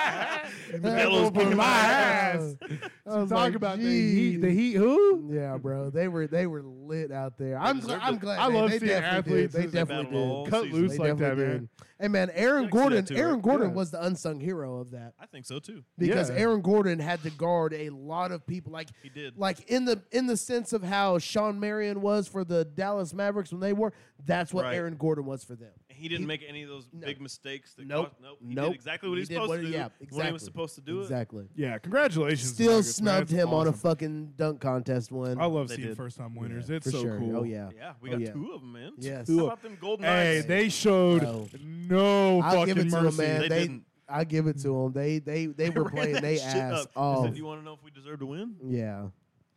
S3: Modelo's
S1: Fucking
S3: kicking
S1: my
S2: I
S1: ass.
S2: was
S1: Talk
S2: like,
S1: about the heat. The
S2: "Jeez."
S1: heat. Who?
S2: Yeah, bro, they were they were lit out there. I'm gl-
S3: deserved
S2: I'm
S3: it.
S2: glad.
S1: I
S2: they,
S1: love
S2: they
S1: seeing
S2: definitely
S1: athletes
S2: Did.
S1: as
S2: They
S1: they
S2: definitely
S3: battle all
S2: did.
S1: Cut
S3: season.
S1: loose
S2: They
S1: like that,
S2: definitely
S1: man.
S2: did. Hey man,
S3: I
S2: Aaron
S3: can see that
S2: Gordon.
S3: too, right?
S2: Aaron Gordon
S1: Yeah.
S2: was the unsung hero of that
S3: I think so, too.
S2: because
S1: Yeah.
S2: Aaron Gordon had to guard a lot of people. Like
S3: He did.
S2: like in the in the sense of how Sean Marion was for the Dallas Mavericks when they were. That's what
S3: Right.
S2: Aaron Gordon was for them.
S3: he didn't
S2: he-
S3: make any of those
S2: no.
S3: big mistakes. That
S2: Nope.
S3: Caused, nope. He
S2: Nope.
S3: did exactly what
S2: He
S3: he was
S2: did
S3: supposed
S2: what-
S3: to do.
S2: yeah,
S3: When he
S2: exactly.
S3: was supposed to do it.
S2: exactly.
S1: Yeah, congratulations.
S2: Still
S1: Nuggets, man.
S2: snubbed
S1: That's
S2: him on a
S1: awesome.
S2: fucking dunk contest win.
S1: I love
S3: They
S1: seeing
S3: did.
S1: first time winners. It's
S2: for
S1: so
S2: sure.
S1: cool.
S2: Oh yeah.
S3: Yeah, we
S2: Oh,
S3: got
S2: yeah.
S3: two of them, man.
S2: Yes.
S3: How about them Golden
S1: Hey,
S3: Knights?
S1: they showed
S2: Bro.
S1: no
S2: I'll
S1: fucking
S2: give it to 'em,
S1: mercy.
S2: man.
S3: They
S2: They,
S3: didn't.
S2: I give it to them. They they they were
S3: ran
S2: playing
S3: that
S2: they
S3: shit
S2: ass
S3: up. I
S2: off.
S3: said, "Do you want to know if we deserve to win?
S2: Yeah.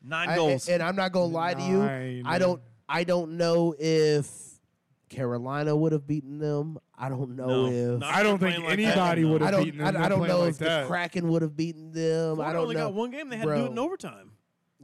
S3: Nine
S2: I-
S3: goals.
S2: and I'm not gonna lie to you. I
S1: Nine.
S2: don't I don't know if Carolina would have beaten them. I don't know
S3: No,
S2: if
S3: not
S1: I don't think
S3: playing like that,
S1: anybody
S3: no.
S1: would
S2: I
S1: have
S2: don't
S1: beaten them.
S2: I, I don't
S1: playing
S2: know
S1: like
S2: if
S1: that.
S2: the Kraken would have beaten them. I
S3: Florida
S2: don't
S3: only
S2: know.
S3: got one game. They had to do
S2: Bro.
S3: it in overtime.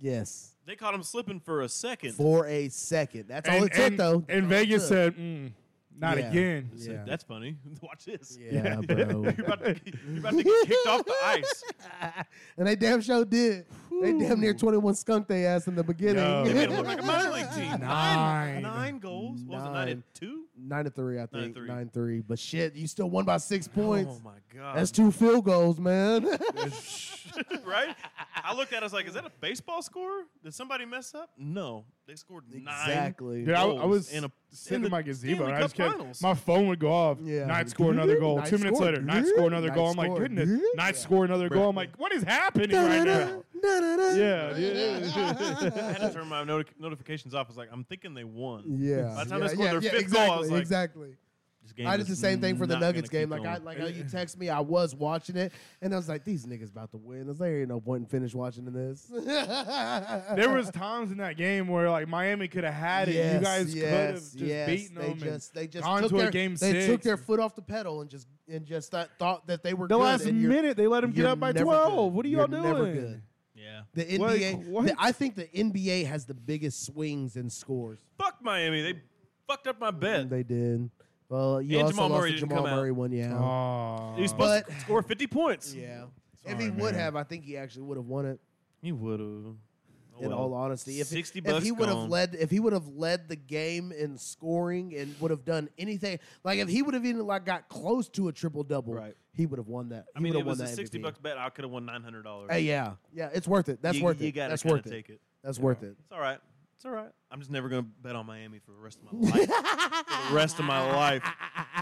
S2: Yes.
S3: They caught him slipping for a second.
S2: For a second. That's all it took
S1: and,
S2: though. That's
S1: And
S2: all it
S1: Vegas
S2: took.
S1: said, mm, not
S2: Yeah.
S1: again.
S3: I said,
S2: Yeah.
S3: That's funny. Watch this.
S2: Yeah, bro.
S3: you're, about to, you're about to get kicked off the ice.
S2: and they damn sure did. They damn near 21 skunk they ass in the beginning.
S1: Yo.
S3: They made it look like a minor league team.
S1: Nine.
S3: Nine, nine goals. What was it? Nine and two?
S2: Nine to three, I think.
S3: three.
S2: Nine three. But shit, you still won by six points.
S3: Oh my god.
S2: That's two field goals, man.
S3: right? I looked at it, I was like, is that a baseball score? Did somebody mess up? No. They scored nine.
S2: exactly.
S1: Dude, I, I
S3: Goals
S1: was
S3: in a-
S1: sitting
S3: in
S1: in
S3: the
S1: my gazebo.
S3: Stanley
S1: And I
S3: Cup
S1: just kept,
S3: Finals.
S1: my phone would go off.
S2: Yeah.
S1: Knight score another goal.
S2: Knight
S1: Two minutes
S2: scored.
S1: later, Knight score another
S2: Knight
S1: goal. I'm like,
S2: scored.
S1: goodness. Knight score another goal. I'm like, what is happening right now? Yeah, dude.
S3: I had to turn my noti- notifications off. I was like, I'm thinking they won.
S2: Yeah.
S3: By the
S2: yeah,
S3: time they scored
S2: yeah,
S3: their
S2: yeah,
S3: fifth
S2: exactly,
S3: goal, I was like,
S2: exactly.
S3: this game
S2: I did
S3: is
S2: the same thing for the
S3: not gonna
S2: Nuggets game.
S3: keep
S2: Like I
S3: going.
S2: like how you text me, I was watching it, and I was like, these niggas about to win. I was like, there ain't no point in finish watching this.
S1: there was times in that game where like Miami could have had it. you guys could have just
S2: yes.
S1: beaten
S2: they
S1: them. and-
S2: Just, they just
S1: gone
S2: took
S1: to a
S2: their,
S1: game
S2: They took
S1: six.
S2: their foot off the pedal and just and just thought, thought that they were
S1: The
S2: good,
S1: last
S2: and you're-
S1: minute, they let him get
S2: you're
S1: up by
S2: never good.
S1: 12. What are y'all
S2: You're
S1: doing?
S2: never good.
S3: Yeah.
S2: The
S1: Like,
S2: NBA,
S1: what?
S2: the- I think the NBA has the biggest swings in scores.
S3: Fuck Miami. They fucked up my bet.
S2: They did. Well, you
S3: And
S2: also
S3: Jamal
S2: lost
S3: Murray
S2: to
S3: didn't
S2: Jamal
S3: come out.
S2: Murray one, yeah.
S1: Aw.
S3: He was supposed
S2: But-
S3: to score 50 points.
S2: yeah. if
S1: Sorry,
S2: he would
S1: man.
S2: have, I think he actually would have won it.
S3: He would have.
S2: in all honesty, if he-
S3: 60
S2: if
S3: bucks
S2: he would have
S3: gone.
S2: led, if he would have led the game in scoring and would have done anything, like if he would have even like got close to a triple double,
S3: Right.
S2: he would have won that.
S3: I
S2: He
S3: mean,
S2: would
S3: it
S2: have won
S3: was a
S2: that
S3: 60
S2: MVP.
S3: bucks bet. I could have won $900.
S2: Hey, yeah, yeah, it's worth it. That's
S3: you,
S2: worth
S3: you
S2: it.
S3: gotta
S2: That's
S3: kinda
S2: worth it.
S3: take it.
S2: That's worth it.
S3: It's all right. It's all right. I'm just never going to bet on Miami for the rest of my life. for the rest of my life.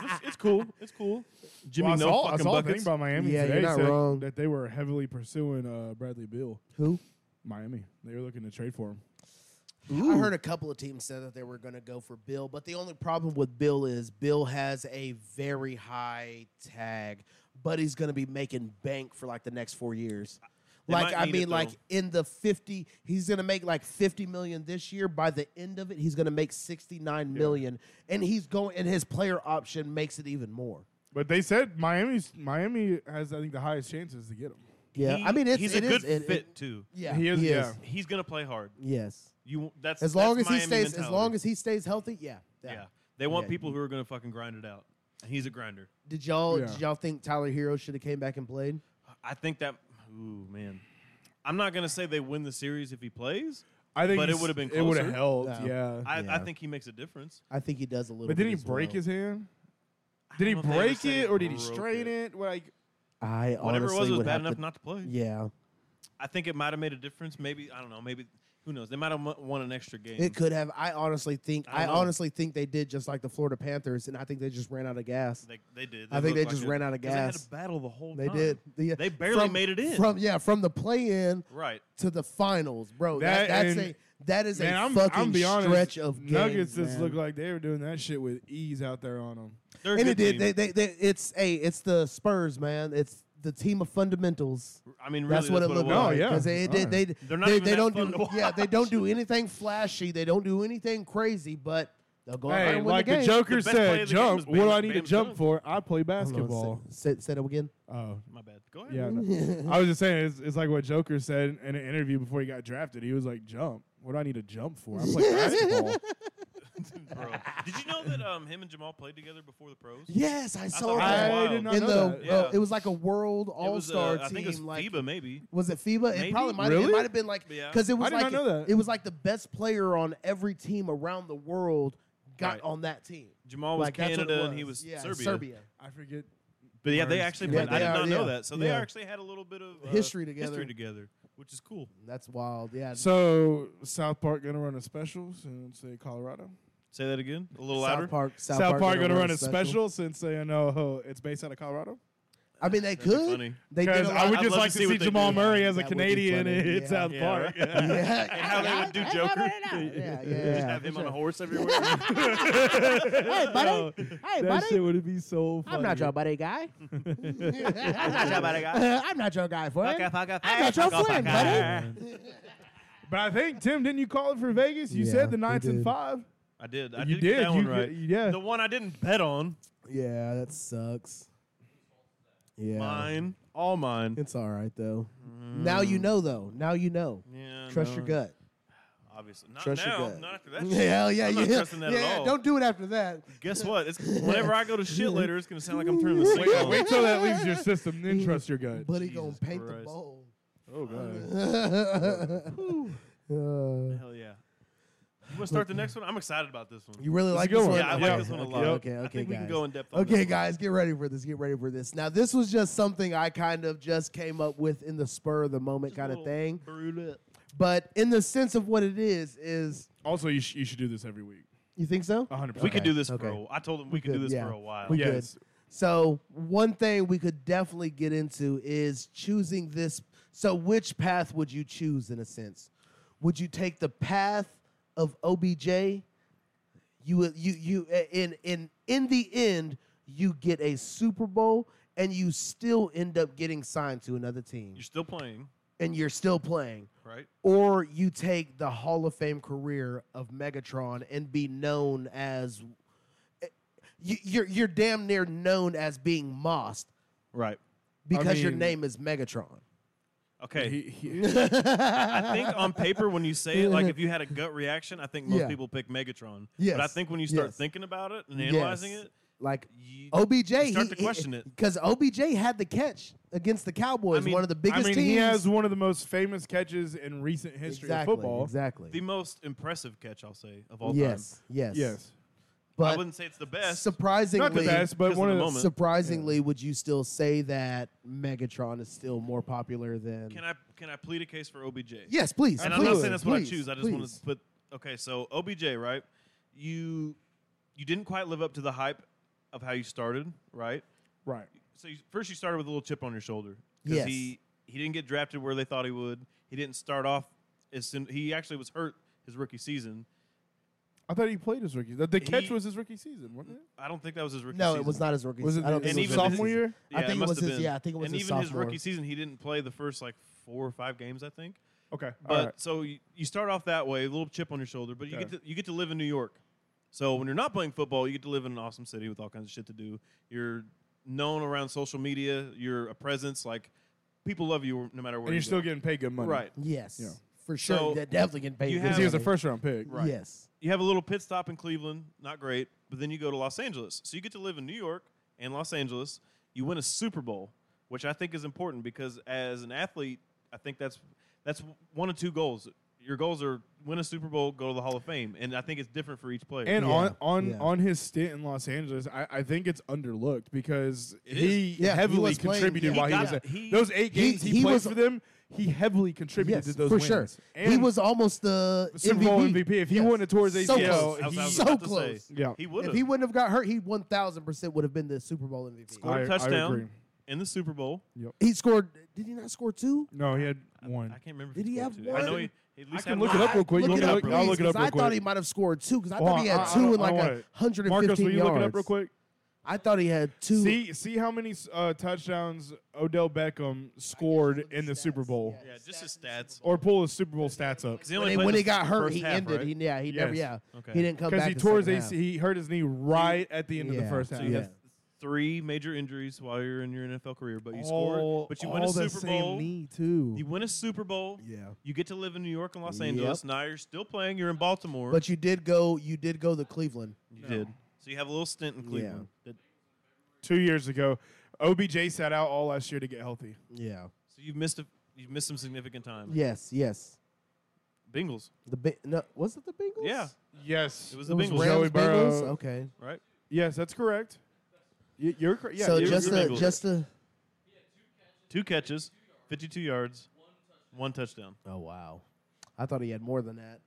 S3: It's, it's cool. It's cool. Jimmy,
S1: Well, I
S3: no
S1: saw,
S3: fucking
S1: I saw a thing
S3: buckets.
S1: about Miami
S2: Yeah,
S1: today
S2: you're not
S1: said
S2: wrong.
S1: that they were heavily pursuing uh, Bradley Beal.
S2: Who?
S1: Miami, they were looking to trade for him.
S2: I heard a couple of teams said that they were going to go for Bill, but the only problem with Bill is Bill has a very high tag, but he's going to be making bank for like the next four years.
S3: They
S2: like
S3: might
S2: I
S3: need
S2: mean,
S3: it,
S2: like
S3: though.
S2: in the fifty, he's going to make like fifty million this year. By the end of it, he's going to make sixty nine million, and he's going and his player option makes it even more.
S1: But they said Miami's Miami has I think the highest chances to get him.
S2: Yeah,
S3: He-
S2: I mean, it's
S3: he's
S2: it
S3: a
S2: is-
S3: good
S2: it- it-
S3: fit too.
S2: yeah,
S1: He is- yeah.
S3: He's gonna play hard.
S2: Yes,
S3: You won't- that's
S2: as long as
S3: that's
S2: he
S3: Miami
S2: stays, as
S3: mentality.
S2: long as he stays healthy. Yeah,
S3: yeah. They want
S2: Yeah.
S3: people who are gonna fucking grind it out. And He's a grinder.
S2: Did y'all
S1: Yeah.
S2: did y'all think Tyler Hero should have came back and played?
S3: I think that. Ooh man, I'm not gonna say they win the series if he plays.
S1: I think
S3: But it
S1: he's-
S3: would've been
S1: it would have
S3: closer.
S1: helped.
S2: No.
S1: Yeah,
S3: I, I
S2: Yeah.
S3: think he makes a difference.
S2: I think he does a little.
S1: but
S2: bit
S1: did he
S2: as
S1: break
S2: well.
S1: his hand?
S3: I
S1: Did he
S3: don't know if they ever
S1: break
S3: said
S1: it or did he
S3: broke
S1: strain it? Like
S2: I
S3: Whatever
S2: honestly
S3: it was, it was
S2: would
S3: bad
S2: have
S3: enough
S2: to-
S3: not to play.
S2: Yeah,
S3: I think it might have made a difference. Maybe I don't know. Maybe who knows? They might have mo- won an extra game.
S2: it could have. I honestly think.
S3: I
S2: I,
S3: don't know.
S2: honestly think they did just like the Florida Panthers, and I think they just ran out of gas.
S3: They, they did.
S2: I think
S3: looked
S2: they
S3: like
S2: just
S3: it.
S2: ran out of
S3: 'Cause They had
S2: gas.
S3: to battle the whole
S2: They
S3: time.
S2: did. The-
S3: They barely
S2: from-
S3: made it in.
S2: From yeah, from the play-in
S3: right.
S2: to the finals, bro. That,
S1: That
S2: that's
S1: and-
S2: a that is
S1: man,
S2: a
S1: I'm,
S2: fucking
S1: I'm be honest,
S2: stretch of games,
S1: Nuggets just
S2: man.
S1: look like they were doing that shit with ease out there on them.
S3: They're a
S2: and it
S3: good
S2: did.
S3: team.
S2: They, they, they, it's a. It's the Spurs, man. It's the team of fundamentals.
S3: I mean, really,
S2: That's what it looked
S3: was.
S1: Oh,
S2: like.
S1: yeah.
S2: Because they, they,
S1: Alright.
S2: they,
S3: They're not
S2: they,
S3: even
S2: they
S3: that
S2: don't
S3: fun
S2: do
S3: to
S2: yeah they don't do anything flashy. They don't do anything crazy, but they'll go out there
S1: Hey,
S2: and win
S1: like
S2: the
S1: the,
S2: game.
S1: Joker
S3: The best play
S1: said,
S3: of the game was
S1: jump. What do I
S3: Bam-
S1: need to
S3: Bam's
S1: jump
S3: dunk.
S1: for? I play
S2: Hold on,
S1: basketball.
S2: Say, say, say that again.
S1: Oh,
S3: My bad. Go ahead.
S1: yeah. no. I was just saying, it's, it's like what Joker said in an interview before he got drafted. He was like, jump. What do I need to jump for? I play basketball.
S3: Bro. Did you know that um, him and Jamal played together before the pros?
S2: yes, I saw
S3: thought
S1: I
S2: that.
S3: wild.
S1: did not
S2: In
S1: know
S2: the
S1: that.
S3: Yeah.
S2: uh, it was like a world
S3: It
S2: all
S3: was, uh,
S2: star
S3: I
S2: team.
S3: think it was
S2: like
S3: FIBA, maybe.
S2: was it FIBA?
S3: Maybe?
S2: It probably might
S1: Really?
S2: it might have been like
S3: Yeah.
S2: because it was
S1: did not
S2: like
S1: know that.
S2: it was like the best player on every team around the world got
S3: Right.
S2: on that team.
S3: Jamal was
S2: like that's what it
S3: Canada and he
S2: was.
S3: was
S2: yeah,
S3: Serbia.
S2: Serbia.
S1: I forget.
S3: But yeah, they
S1: Whereas-
S3: actually
S2: Yeah,
S3: played. I
S2: they
S3: did
S2: are-
S3: not know
S2: yeah.
S3: that. So they
S2: Yeah.
S3: actually had a little bit of uh,
S2: History together.
S3: History together, which is cool.
S2: That's wild. Yeah.
S1: So South Park gonna run a special since they Colorado.
S3: Say that again. A little louder.
S2: South Park.
S1: South, Park, gonna run a special, since they know it's based out of Colorado.
S2: I mean, they
S3: That'd be
S2: could.
S3: funny.
S2: They did
S1: Because
S2: a
S1: I
S2: lot-
S1: would
S3: I'd
S1: just
S3: love
S1: like
S3: to
S1: to
S3: see
S1: see
S3: what they
S1: Jamal
S3: do.
S1: Murray as a
S2: That would be
S1: Canadian
S2: funny,
S1: in
S2: yeah.
S1: South
S3: Yeah,
S1: Park.
S3: right.
S2: yeah.
S3: And how they would do Joker.
S2: Yeah, yeah,
S3: Just
S2: yeah,
S3: have
S2: for
S3: him on a
S2: sure.
S3: horse everywhere.
S2: Hey, buddy. Hey,
S1: that shit would be so funny.
S2: I'm not your buddy guy.
S3: I'm not your buddy guy.
S2: I'm not your guy for it.
S3: fuck off.
S2: I'm not your
S3: fuck off,
S2: friend,
S3: fuck
S2: buddy.
S3: off.
S1: But I think Tim, didn't you call it for Vegas? You
S2: Yeah,
S1: said
S2: we
S1: the Knights and
S2: did.
S1: five.
S3: I did. I
S1: you
S3: did, get that
S1: you
S3: one
S1: g-
S3: right.
S1: Yeah.
S3: The one I didn't bet on.
S2: Yeah, that sucks. Yeah.
S3: Mine. All mine.
S2: It's all right, though. Now you know, though. Now you know.
S3: Yeah,
S2: Trust
S3: no,
S2: your gut.
S3: Obviously, not
S2: Trust your
S3: now.
S2: gut.
S3: Not after that. shit.
S2: Hell yeah,
S3: I'm
S2: yeah.
S3: not trusting that
S2: yeah,
S3: at all.
S2: Don't do it after that.
S3: Guess what? It's whenever I go to shit later, it's gonna sound like I'm turning the sink
S1: wait,
S3: on.
S1: wait till that leaves your system, then trust your gut.
S2: Buddy
S3: Jesus
S2: gonna paint the
S3: Christ.
S2: bowl.
S1: Oh god.
S2: Uh,
S3: Hell yeah! You want to start the next one? I'm excited about this one.
S2: you really
S1: It's a
S2: like
S1: good
S2: this
S1: one.
S2: one?
S3: yeah, I like
S1: Yeah.
S3: this one a
S2: Okay,
S3: lot.
S2: Okay, okay,
S3: I think we
S2: guys.
S3: can go in depth. On
S2: Okay,
S3: this one.
S2: guys, get ready for this. Get ready for this. Now, this was just something I kind of just came up with in the spur of the moment
S3: Just a
S2: kind of
S3: little
S2: thing.
S3: brewed up.
S2: But in the sense of what it is, is
S1: Also, you, sh- you should do this every week.
S2: you think so?
S1: 100.
S3: We could do this
S2: okay.
S3: for. A, I told him we could do
S2: could,
S3: this
S2: yeah.
S3: for a while.
S2: We could.
S1: Yes.
S2: So one thing we could definitely get into is choosing this. So which path would you choose in a sense? Would you take the path of OBJ? You would- you you in in in the end you get a Super Bowl and you still end up getting signed to another team
S3: You're still playing,
S2: and you're still playing
S3: right?
S2: or you take the Hall of Fame career of Megatron and be known as you- you're you're damn near known as being Mossed
S3: Right.
S2: because your
S1: mean-
S2: name is Megatron.
S3: Okay.
S1: He- he-
S3: I think on paper, when you say it, like if you had a gut reaction, I think most
S2: Yeah.
S3: people pick Megatron. But I
S2: Yes.
S3: think when you start
S2: Yes.
S3: thinking about it and analyzing
S2: Yes. Oh.
S3: it,
S2: like
S3: you,
S2: OBJ.
S3: You start to question it.
S2: because OBJ had the catch against the Cowboys,
S3: I mean-
S2: one of the biggest
S1: I mean,
S2: teams.
S1: he has one of the most famous catches in recent history
S2: exactly,
S1: of football.
S2: Exactly.
S3: the most impressive catch, I'll say, of all
S2: yes, yes,
S1: Yes,
S3: time. I
S2: But
S3: wouldn't say it's the best.
S2: surprisingly,
S1: not the best, but
S3: because
S1: one
S3: of
S1: of
S3: the
S1: the.
S3: moment.
S2: surprisingly, would you still say that Megatron is still more popular than?
S3: Can I can I plead a case for OBJ?
S2: yes, please.
S3: And I'm
S2: please,
S3: not saying that's what
S2: please,
S3: I choose. I just
S2: please.
S3: want to put okay. So OBJ, right? You you didn't quite live up to the hype of how you started, right?
S1: Right.
S3: So you, first you started with a little chip on your shoulder because
S2: Yes.
S3: he he didn't get drafted where they thought he would. He didn't start off as soon. He actually was hurt his rookie season.
S1: I thought he played his rookie. The, the catch
S3: He-
S1: was his rookie season, wasn't it?
S3: I don't think that was his rookie.
S2: No,
S3: season.
S2: it was not his rookie.
S1: Was it
S2: season. I don't
S1: the
S2: think
S3: and
S2: it
S3: even
S2: was
S3: his-
S2: his
S1: sophomore
S2: season.
S1: year?
S3: Yeah,
S2: I think it
S3: must
S2: was
S3: have
S2: his-
S3: been.
S2: yeah, I think it was
S3: And
S2: his
S3: even his
S2: sophomore.
S3: rookie season, he didn't play the first like four or five games, I think.
S1: Okay.
S3: But
S1: all right.
S3: so you, you start off that way, a little chip on your shoulder, but you
S1: Okay.
S3: get to, you get to live in New York. So when you're not playing football, you get to live in an awesome city with all kinds of shit to do. You're known around social media. You're a presence. Like people love you no matter where.
S1: and
S3: you
S1: you're still
S3: go.
S1: getting paid good money,
S3: right.
S2: Yes,
S1: Yeah.
S2: for sure.
S3: So,
S2: They're definitely getting paid.
S3: you
S2: good
S3: have-
S1: Because he was a
S2: money.
S1: first round pick.
S3: Right.
S2: Yes.
S3: You have a little pit stop in Cleveland, not great, but then you go to Los Angeles. So you get to live in New York and Los Angeles. You win a Super Bowl, which I think is important because as an athlete, I think that's that's one of two goals. Your goals are win a Super Bowl, go to the Hall of Fame, and I think it's different for each player.
S1: And
S2: Yeah,
S1: on on
S2: yeah.
S1: on his stint in Los Angeles, I, I think it's underlooked because
S3: It
S1: he
S2: Yeah, he
S1: heavily
S2: was playing-
S1: contributed
S2: he
S1: while he
S3: got-
S1: was there.
S3: he-
S1: those eight
S2: he-
S1: games he,
S2: he
S1: played
S2: was-
S1: for them, he heavily contributed
S2: Yes,
S1: to those
S2: for
S1: wins.
S2: sure.
S1: And
S2: he was almost the
S1: Super
S2: MVP.
S1: Bowl MVP. If he
S2: Yes.
S1: wouldn't have tore his
S2: so
S1: ACL,
S2: close.
S1: he-
S3: I was
S2: so
S3: about to say,
S2: close.
S1: yeah.
S3: He would
S2: If
S3: have.
S2: he wouldn't have got hurt, he one thousand percent would have been the Super Bowl MVP.
S3: scored
S1: I-
S3: a
S1: I agree.
S3: touchdown in the Super Bowl.
S2: He scored. Did he not score two?
S1: No, he had
S3: I
S1: one.
S3: can't remember. if
S2: Did he
S3: scored
S2: have
S3: two. I know
S2: one?
S3: he. he at least
S1: can
S3: had
S1: look
S3: one.
S1: it up real quick.
S2: Look
S1: You
S2: it
S1: want me
S2: up,
S1: to look- I'll
S2: please,
S1: look it
S2: 'cause
S1: up real
S2: I thought
S1: quick.
S2: he might have scored two because I
S1: Hold
S2: thought
S1: on,
S2: he
S1: I-
S2: had
S1: I
S2: two
S1: don't-
S2: and
S1: I
S2: like
S1: want
S2: a
S1: it.
S2: hundred and
S1: Marcos, will
S2: fifteen
S1: you
S2: yards.
S1: look it up real quick?
S2: I thought he had two.
S1: See see how many uh, touchdowns Odell Beckham scored in the Super Bowl,
S3: Yeah, just his stats.
S1: or pull his Super Bowl stats up.
S3: 'Cause he
S2: When
S3: only
S2: he,
S3: played
S2: when
S3: the
S2: he got hurt,
S3: first
S2: he
S3: half,
S2: ended.
S3: right?
S2: He yeah, he never yeah.
S1: Yes.
S3: Okay.
S2: He didn't come
S1: Because
S2: back.
S1: he
S2: the
S1: tore his
S2: second
S1: AC,
S2: half.
S1: he hurt his knee right at the end of the
S2: Yeah.
S1: first half.
S3: So you
S2: Yeah.
S3: have three major injuries while you're in your NFL career, but you
S1: All-
S3: scored. But you win a
S1: all the
S3: Super
S1: same
S3: Bowl.
S1: knee, too.
S3: You win a Super Bowl.
S2: Yeah.
S3: You get to live in New York and Los
S2: Yep.
S3: Angeles. Now you're still playing. You're in Baltimore.
S2: But you did go. You did go to Cleveland.
S3: you did. So you have a little stint in Cleveland. That-
S1: Two years ago, OBJ sat out all last year to get healthy.
S2: Yeah.
S3: so you've missed a, you've missed some significant time.
S2: Yes. Yes.
S3: Bengals.
S2: The Bi- no, was it the Bengals?
S3: Yeah.
S1: Yes,
S3: It was
S2: It
S3: the
S2: was
S3: Bengals.
S1: Joey
S2: Rams,
S1: Burrow.
S2: Bengals. Okay.
S3: right?
S1: yes, that's correct. Y- You're correct. Yeah,
S2: so
S1: you're-
S2: just
S1: you're
S2: a
S1: Bengals.
S2: just a.
S3: Two catches, 52 yards, one touchdown.
S2: Oh wow, I thought he had more than that.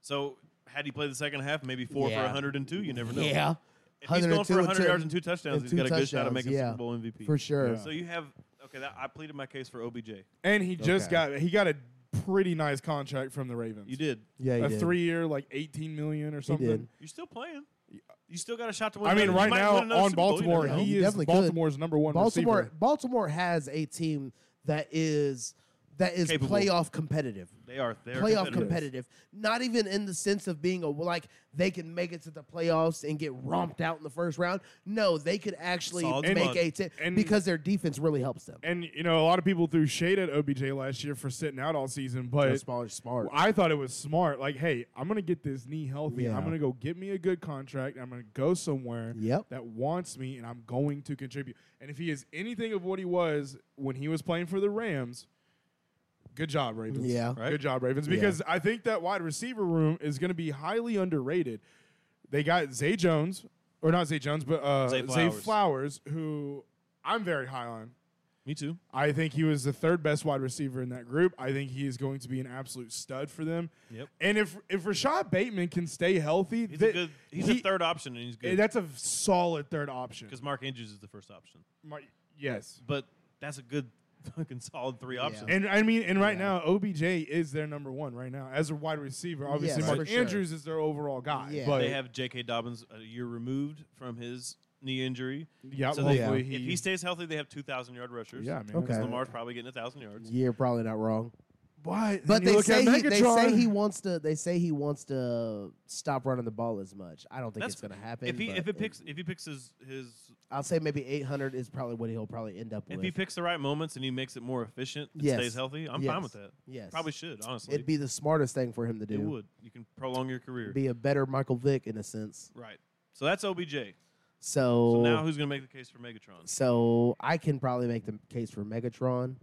S3: So had he played the second half, maybe four for
S2: Yeah.
S3: 102. You never know.
S2: Yeah.
S3: If he's going
S2: 102
S3: for
S2: and
S3: 100
S2: two-
S3: yards and two touchdowns,
S2: and
S3: he's
S2: two
S3: got a good shot of
S2: touchdowns,
S3: making
S2: yeah.
S3: Super Bowl MVP.
S2: For sure.
S1: Yeah.
S3: So you have okay. That, I pleaded my case for OBJ.
S1: and he just
S2: Okay.
S1: got he got a pretty nice contract from the Ravens.
S3: You did.
S2: Yeah, he
S1: a
S2: did.
S1: three year like eighteen million or something.
S2: did.
S3: You're still playing. You still got a shot to win.
S1: I mean,
S3: another- you
S1: right
S3: might
S1: now
S3: win another
S1: on
S3: Super Bowl, you
S1: Baltimore,
S3: never know.
S2: You
S1: he is
S2: definitely could.
S1: Baltimore's number one
S2: Baltimore
S1: receiver.
S2: Baltimore has a team that is that is
S3: Capable.
S2: playoff competitive.
S3: They are. They're
S2: playoff
S3: competitive.
S2: competitive. Not even in the sense of being a like they can make it to the playoffs and get romped out in the first round. No, they could actually
S3: Solid
S2: make
S3: squad.
S2: a ten
S1: And-
S2: because their defense really helps them.
S1: And you know, a lot of people threw shade at OBJ last year for sitting out all season,
S2: They're
S1: but
S2: smart, smart.
S1: I thought it was smart. Like, hey, I'm gonna get this knee healthy.
S2: Yeah.
S1: I'm gonna go get me a good contract. I'm gonna go somewhere
S2: Yep.
S1: that wants me, and I'm going to contribute. And if he is anything of what he was when he was playing for the Rams, good job, Ravens.
S2: Yeah.
S3: Right.
S1: good job, Ravens. Because I think that wide receiver room is gonna be highly underrated. They got Zay Jones, or not Zay Jones, but uh,
S3: Zay
S1: Zay
S3: Flowers.
S1: Flowers, who I'm very high on.
S3: Me too.
S1: I think he was the third best wide receiver in that group. I think he is going to be an absolute stud for them.
S3: Yep.
S1: And if if Rashad Bateman can stay healthy,
S3: He's a
S1: th-
S3: good. He's
S1: he-
S3: a third option, and he's
S1: eh,
S3: good
S1: That's a solid third option.
S3: because Mark Andrews is the first option.
S1: My- yes.
S3: But that's a good fucking solid three options.
S1: And I mean, and right now, OBJ is their number one right now as a wide receiver. Obviously,
S2: Yes, for
S1: Mark
S2: sure.
S1: Andrews is their overall guy.
S2: Yeah.
S1: But
S3: They have J.K. Dobbins a year removed from his knee injury.
S1: yeah,
S3: So they,
S1: hopefully
S3: if
S1: he.
S3: he stays healthy, they have two thousand yard rushers.
S1: yeah, man.
S2: Okay.
S3: Lamar's probably getting a thousand yards.
S2: You're probably not wrong.
S1: But
S2: But they say, he, they say he
S1: won.
S2: wants to. They say he wants to stop running the ball as much. I don't think
S3: That's
S2: it's going to happen.
S3: If he
S2: but
S3: if it picks if he picks his his
S2: I'll say maybe 800 is probably what he'll probably end up
S3: if
S2: with.
S3: he picks the right moments and he makes it more efficient, and
S2: Yes.
S3: stays healthy. I'm
S2: Yes.
S3: fine with that.
S2: yes,
S3: Probably should honestly.
S2: it'd be the smartest thing for him to do.
S3: it would. You can prolong your career.
S2: Be a better Michael Vick in a sense.
S3: right. So that's OBJ.
S2: So
S3: So now who's gonna make the case for Megatron?
S2: So I can probably make the case for Megatron.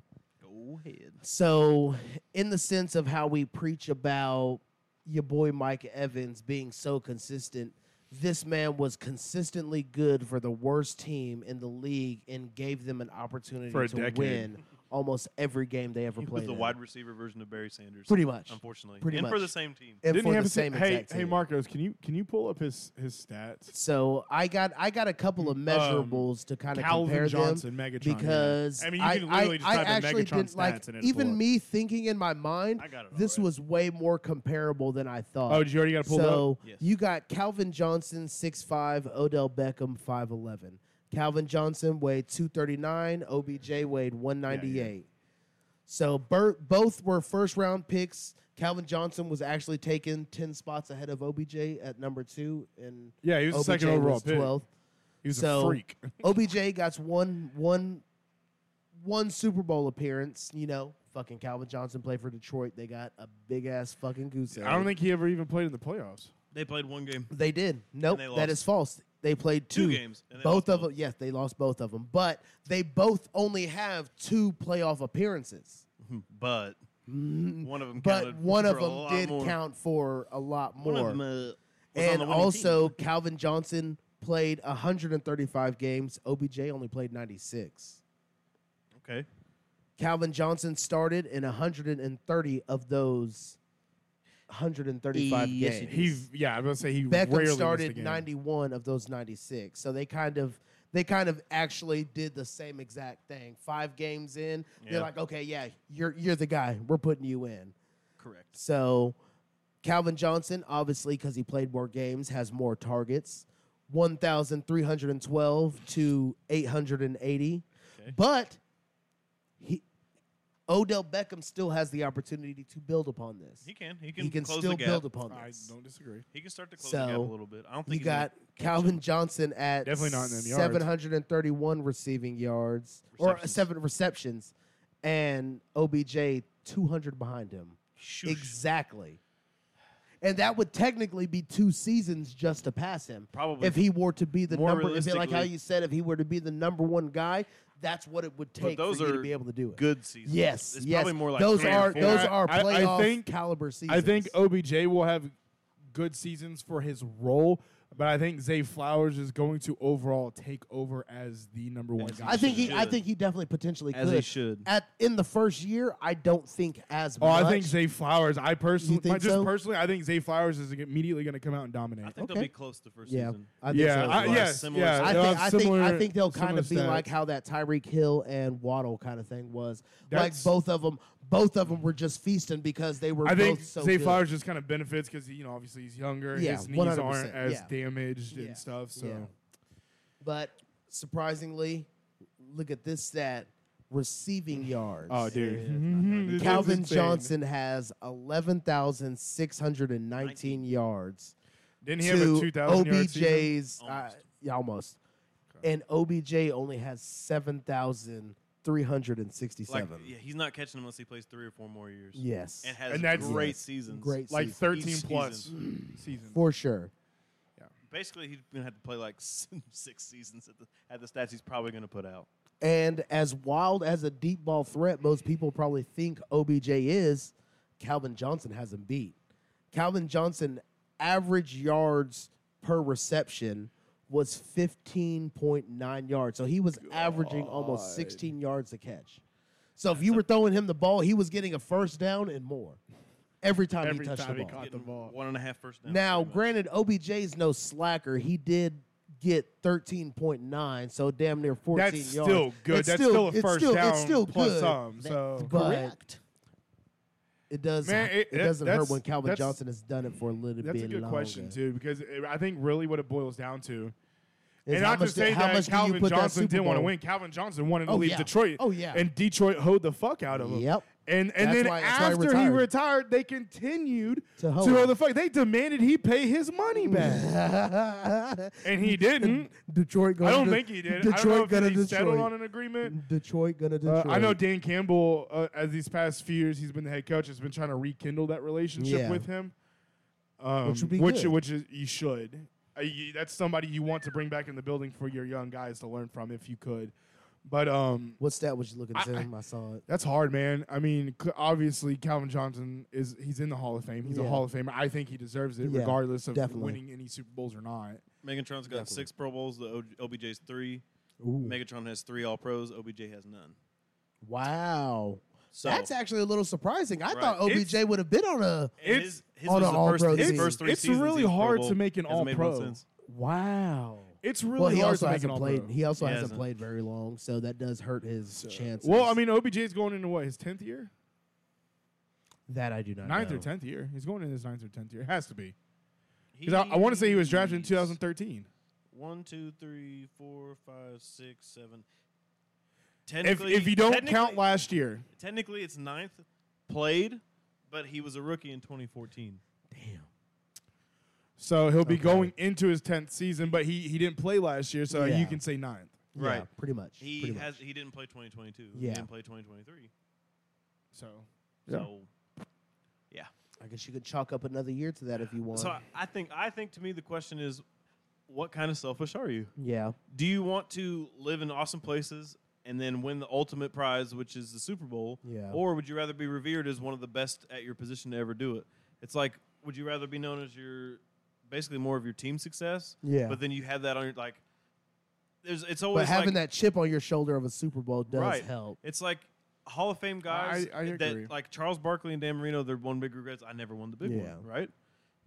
S3: Go ahead.
S2: So, in the sense of how we preach about your boy Mike Evans being so consistent, this man was consistently good for the worst team in the league and gave them an opportunity
S1: For a
S2: to
S1: decade.
S2: win almost every game they ever
S3: He was
S2: played.
S3: the
S2: in.
S3: wide receiver version of Barry Sanders.
S2: Pretty much.
S3: Unfortunately.
S2: Pretty
S3: and for
S2: much.
S3: the same team.
S2: And
S1: Didn't
S2: for
S1: he have
S2: the
S1: a
S2: same
S1: sa- hey
S2: exact
S1: hey
S2: team.
S1: Marcos, can you can you pull up his his stats?
S2: So I got I got a couple of measurables to kind of compare
S1: Um, Calvin
S2: them.
S1: Johnson, Megatron. yeah.
S2: because
S1: I mean, you can literally just
S2: I
S1: type in
S2: actually
S1: Megatron
S2: didn't like
S1: stats and it'll pull
S2: even
S1: up.
S2: me thinking in my mind
S3: I got it all
S2: this
S3: right.
S2: was way more comparable than I thought.
S1: Oh, did you already got to pull up?
S2: so
S3: Yes.
S2: you got Calvin Johnson 6'5, Odell Beckham 5'11. Calvin Johnson weighed 239, OBJ weighed 198. So Bert, both were first round picks. Calvin Johnson was actually taken 10 spots ahead of OBJ at number 2 and
S1: Yeah, he was the
S2: OBJ
S1: second overall
S2: was
S1: pick.
S2: 12th.
S1: He was
S2: So-
S1: a freak.
S2: OBJ got one one one Super Bowl appearance. You know, fucking Calvin Johnson played for Detroit. They got a big ass fucking goose egg.
S1: I don't think he ever even played in the playoffs.
S3: They played one game.
S2: they did. Nope,
S3: they
S2: that
S3: lost.
S2: is false. They played two,
S3: Two games, and they
S2: Both
S3: lost
S2: of
S3: both.
S2: them. Yes, they lost both of them, but they both only have two playoff appearances.
S3: But one of them
S2: Mm, But
S3: counted
S2: one of
S3: for a
S2: them
S3: lot
S2: did
S3: more.
S2: count for a lot more.
S3: One of them, uh, was on
S2: and
S3: the winning
S2: also
S3: team.
S2: Calvin Johnson played 135 games. OBJ only played 96.
S3: okay.
S2: Calvin Johnson started in 130 of those 135
S3: Yes,
S2: games.
S1: He, yeah, I was gonna say he rarely
S2: Beckham
S1: missed a
S2: started
S1: game.
S2: 91 of those 96. So they kind of they kind of actually did the same exact thing. 5 games in,
S3: Yeah.
S2: they're like, "Okay, yeah, you're you're the guy. We're putting you in."
S3: Correct.
S2: So Calvin Johnson, obviously, because he played more games, has more targets 1,312 to 880.
S3: Okay.
S2: But he, Odell Beckham still has the opportunity to build upon this.
S3: He can. He
S2: He
S3: can, close
S2: still
S3: the gap.
S2: build upon
S1: I
S2: this.
S1: don't disagree.
S3: He can start to close the gap a
S2: So,
S3: little bit. I don't
S2: You
S3: think he's gonna-
S2: got Calvin Johnson at
S1: Definitely not in them yards.
S2: 731 receiving yards or uh,
S3: Receptions.
S2: seven receptions, and OBJ 200 behind him.
S3: Shoosh.
S2: Exactly. And that would technically be two seasons just to pass him.
S3: Probably.
S2: If he were to be the
S3: More
S2: number, if it- like how
S3: realistically-
S2: you said, if he were to be the number one guy, that's what it would take
S3: those
S2: for you
S3: are
S2: to be able to do it.
S3: good season.
S2: Yes,
S3: It's
S2: yes.
S3: probably more like
S2: those
S3: three or
S2: are
S3: four.
S2: those
S1: I-
S2: are
S1: I- I
S2: playoff
S1: think-
S2: caliber seasons.
S1: I think OBJ will have good seasons for his role, but I think Zay Flowers is going to overall take over as the number one
S3: As
S1: guy.
S2: I think he. I
S3: should.
S2: think he definitely potentially
S3: As
S2: could.
S3: he should.
S2: At in the first year, I don't think as
S1: Oh,
S2: much.
S1: I think Zay Flowers. I personally,
S2: think
S1: just
S2: so?
S1: personally, I think Zay Flowers is immediately going to come out and dominate.
S3: I think
S2: Okay.
S3: they'll be close the first
S2: Yeah,
S3: season.
S2: I think
S1: yeah,
S2: so
S1: I,
S2: as well.
S1: yes,
S3: Similar
S1: yeah,
S2: I
S1: they'll
S2: think,
S1: have
S2: I think I
S1: similar-
S2: think they'll kind
S1: similar
S2: of be like
S1: stats.
S2: how that Tyreek Hill and Waddle kind of thing was.
S1: That's-
S2: like both of them, both of them were just feasting because they were
S1: I
S2: both
S1: think
S2: so
S1: Zay
S2: good.
S1: Flowers just kind of benefits because you know obviously he's younger.
S2: Yeah,
S1: his knees
S2: 100%,
S1: aren't as
S2: yeah.
S1: damaged
S2: Yeah,
S1: and stuff. So
S2: yeah. But surprisingly, look at this stat: receiving yards.
S1: oh, dude,
S3: Yeah.
S1: Mhm, this is
S2: Calvin
S1: insane.
S2: Johnson has eleven thousand six hundred and nineteen yards.
S1: didn't he have a
S2: to
S1: two thousand yard season?
S2: OBJ's uh, yeah, almost. And OBJ only has 7,367.
S3: Like, yeah, he's not catching unless he plays three or four more years.
S2: Yes.
S3: And has
S1: And that's-
S3: great
S2: Yes.
S3: seasons.
S2: Great
S1: Like
S2: season.
S1: thirteen
S3: Each
S1: plus seasons.
S2: For sure.
S3: Basically, he's gonna have to play like six seasons at the at the stats he's probably gonna put out.
S2: And as wild as a deep ball threat, most people probably think OBJ is, Calvin Johnson has him beat. Calvin Johnson average yards per reception was 15.9 yards. So he was averaging almost 16 yards a catch. So if you were throwing him the ball, he was getting a first down and more every time
S1: Every
S2: he touched
S1: time
S2: the
S1: he
S2: ball.
S1: caught the
S3: Getting
S1: ball.
S3: One and a half first downs
S2: Now,
S3: pretty much.
S2: granted, OBJ's no slacker. He did get 13.9, so damn near 14
S1: That's
S2: yards.
S1: still good.
S2: It's
S1: That's
S2: still,
S1: still a
S2: it's
S1: first
S2: still,
S1: down
S2: It's still
S1: plus
S2: good,
S1: some, so-
S2: but
S8: Correct.
S2: It does.
S1: Man,
S2: it,
S1: it- that-
S2: doesn't hurt
S1: that's-
S2: when Calvin
S1: that's-
S2: Johnson has done it for a little bit
S1: That's a good
S2: longer.
S1: question too because it, I think really what it boils down to.
S2: Is
S1: and
S2: how
S1: not to
S2: much do-
S1: say
S2: how
S1: that
S2: much do you
S1: Calvin
S2: put that
S1: Johnson
S2: Super
S1: didn't want to
S2: Bowl-
S1: win. Calvin Johnson wanted to
S2: Oh,
S1: leave
S2: yeah.
S1: Detroit.
S2: Oh, yeah.
S1: And Detroit hoed the fuck out of him.
S2: Yep.
S1: And and
S2: That's
S1: then
S2: why- that's why he
S1: after he
S2: retired.
S1: retired, they continued
S2: To
S1: to
S2: hoe
S1: hoe
S2: him.
S1: the fuck. They demanded he pay his money back, and he didn't.
S2: Detroit. Gonna
S1: I don't
S2: de-
S1: think he did.
S2: Detroit
S1: I don't know if
S2: gonna
S1: they settled
S2: Detroit.
S1: on an agreement.
S2: Detroit gonna
S1: Uh,
S2: Detroit.
S1: I know Dan Campbell, uh, as these past few years he's been the head coach, has been trying to rekindle that relationship
S2: Yeah.
S1: with him. Um,
S2: would be
S1: which,
S2: good.
S1: which is you should. Uh, you- that's somebody you want to bring back in the building for your young guys to learn from if you could. But um,
S2: What stat was you looking at?
S1: I-
S2: Tim? I saw it.
S1: that's hard, man. I mean, c- obviously Calvin Johnson is he's in the Hall of Fame. He's
S2: Yeah.
S1: a Hall of Famer. I think he deserves it,
S2: Yeah,
S1: regardless of
S2: definitely.
S1: winning any Super Bowls or not.
S3: Megatron's got
S2: Definitely.
S3: six Pro Bowls. The OG OBJ's three. Megatron has three All Pros. OBJ has none.
S2: Wow.
S3: So
S2: That's actually a little surprising. I
S3: Right.
S2: thought OBJ would have been on a
S3: and
S1: it's-
S3: his, his
S2: on
S3: was
S2: an
S3: the
S2: All
S3: first,
S2: Pro
S3: his
S2: team.
S3: first three
S1: It's
S3: seasons,
S1: really
S3: he was Pro
S1: hard to
S3: Bowl.
S1: make an
S3: Hasn't
S1: All
S3: made one
S1: Pro.
S3: since.
S2: wow.
S1: It's really
S2: well, he
S1: hard
S2: also
S1: to make an
S2: hasn't
S1: All-Pro.
S2: played. He also
S3: He
S2: hasn't
S3: hasn't.
S2: played very long, so that does hurt his chances.
S1: Well, I mean, OBJ's going into what his tenth year.
S2: that I do not.
S1: ninth
S2: know.
S1: or tenth year. He's going in his ninth or tenth year. Has to be because I, I want to say he was drafted in
S3: He's
S1: 2013.
S3: One, two, three, four, five, six, seven.
S1: If
S3: Technically,
S1: if you don't count
S3: technically-
S1: last year,
S3: technically it's ninth played, but he was a rookie in 2014.
S2: Damn.
S1: so he'll be
S2: Okay.
S1: going into his tenth season, but he he didn't play last year, so
S2: Yeah.
S1: you can say ninth.
S2: Right.
S3: Right.
S2: pretty much.
S3: He
S2: pretty
S3: has
S2: much.
S3: he didn't play 2022.
S2: Yeah.
S3: He didn't play 2023.
S1: So Yeah.
S3: So
S2: I guess you could chalk up another year to that if you want.
S3: so I, I think I think to me the question is what kind of selfish are you?
S2: yeah.
S3: Do you want to live in awesome places and then win the ultimate prize, which is the Super Bowl?
S2: Yeah.
S3: Or would you rather be revered as one of the best at your position to ever do it? It's like, would you rather be known as your basically more of your team success?
S2: Yeah.
S3: But then you have that on your like there's it's always
S2: But having
S3: like,
S2: that chip on your shoulder of a Super Bowl does
S3: Right.
S2: help.
S3: It's like Hall of Fame guys
S1: I agree.
S3: that like Charles Barkley and Dan Marino, their one big regrets, I never won the big
S2: Yeah.
S3: one, right?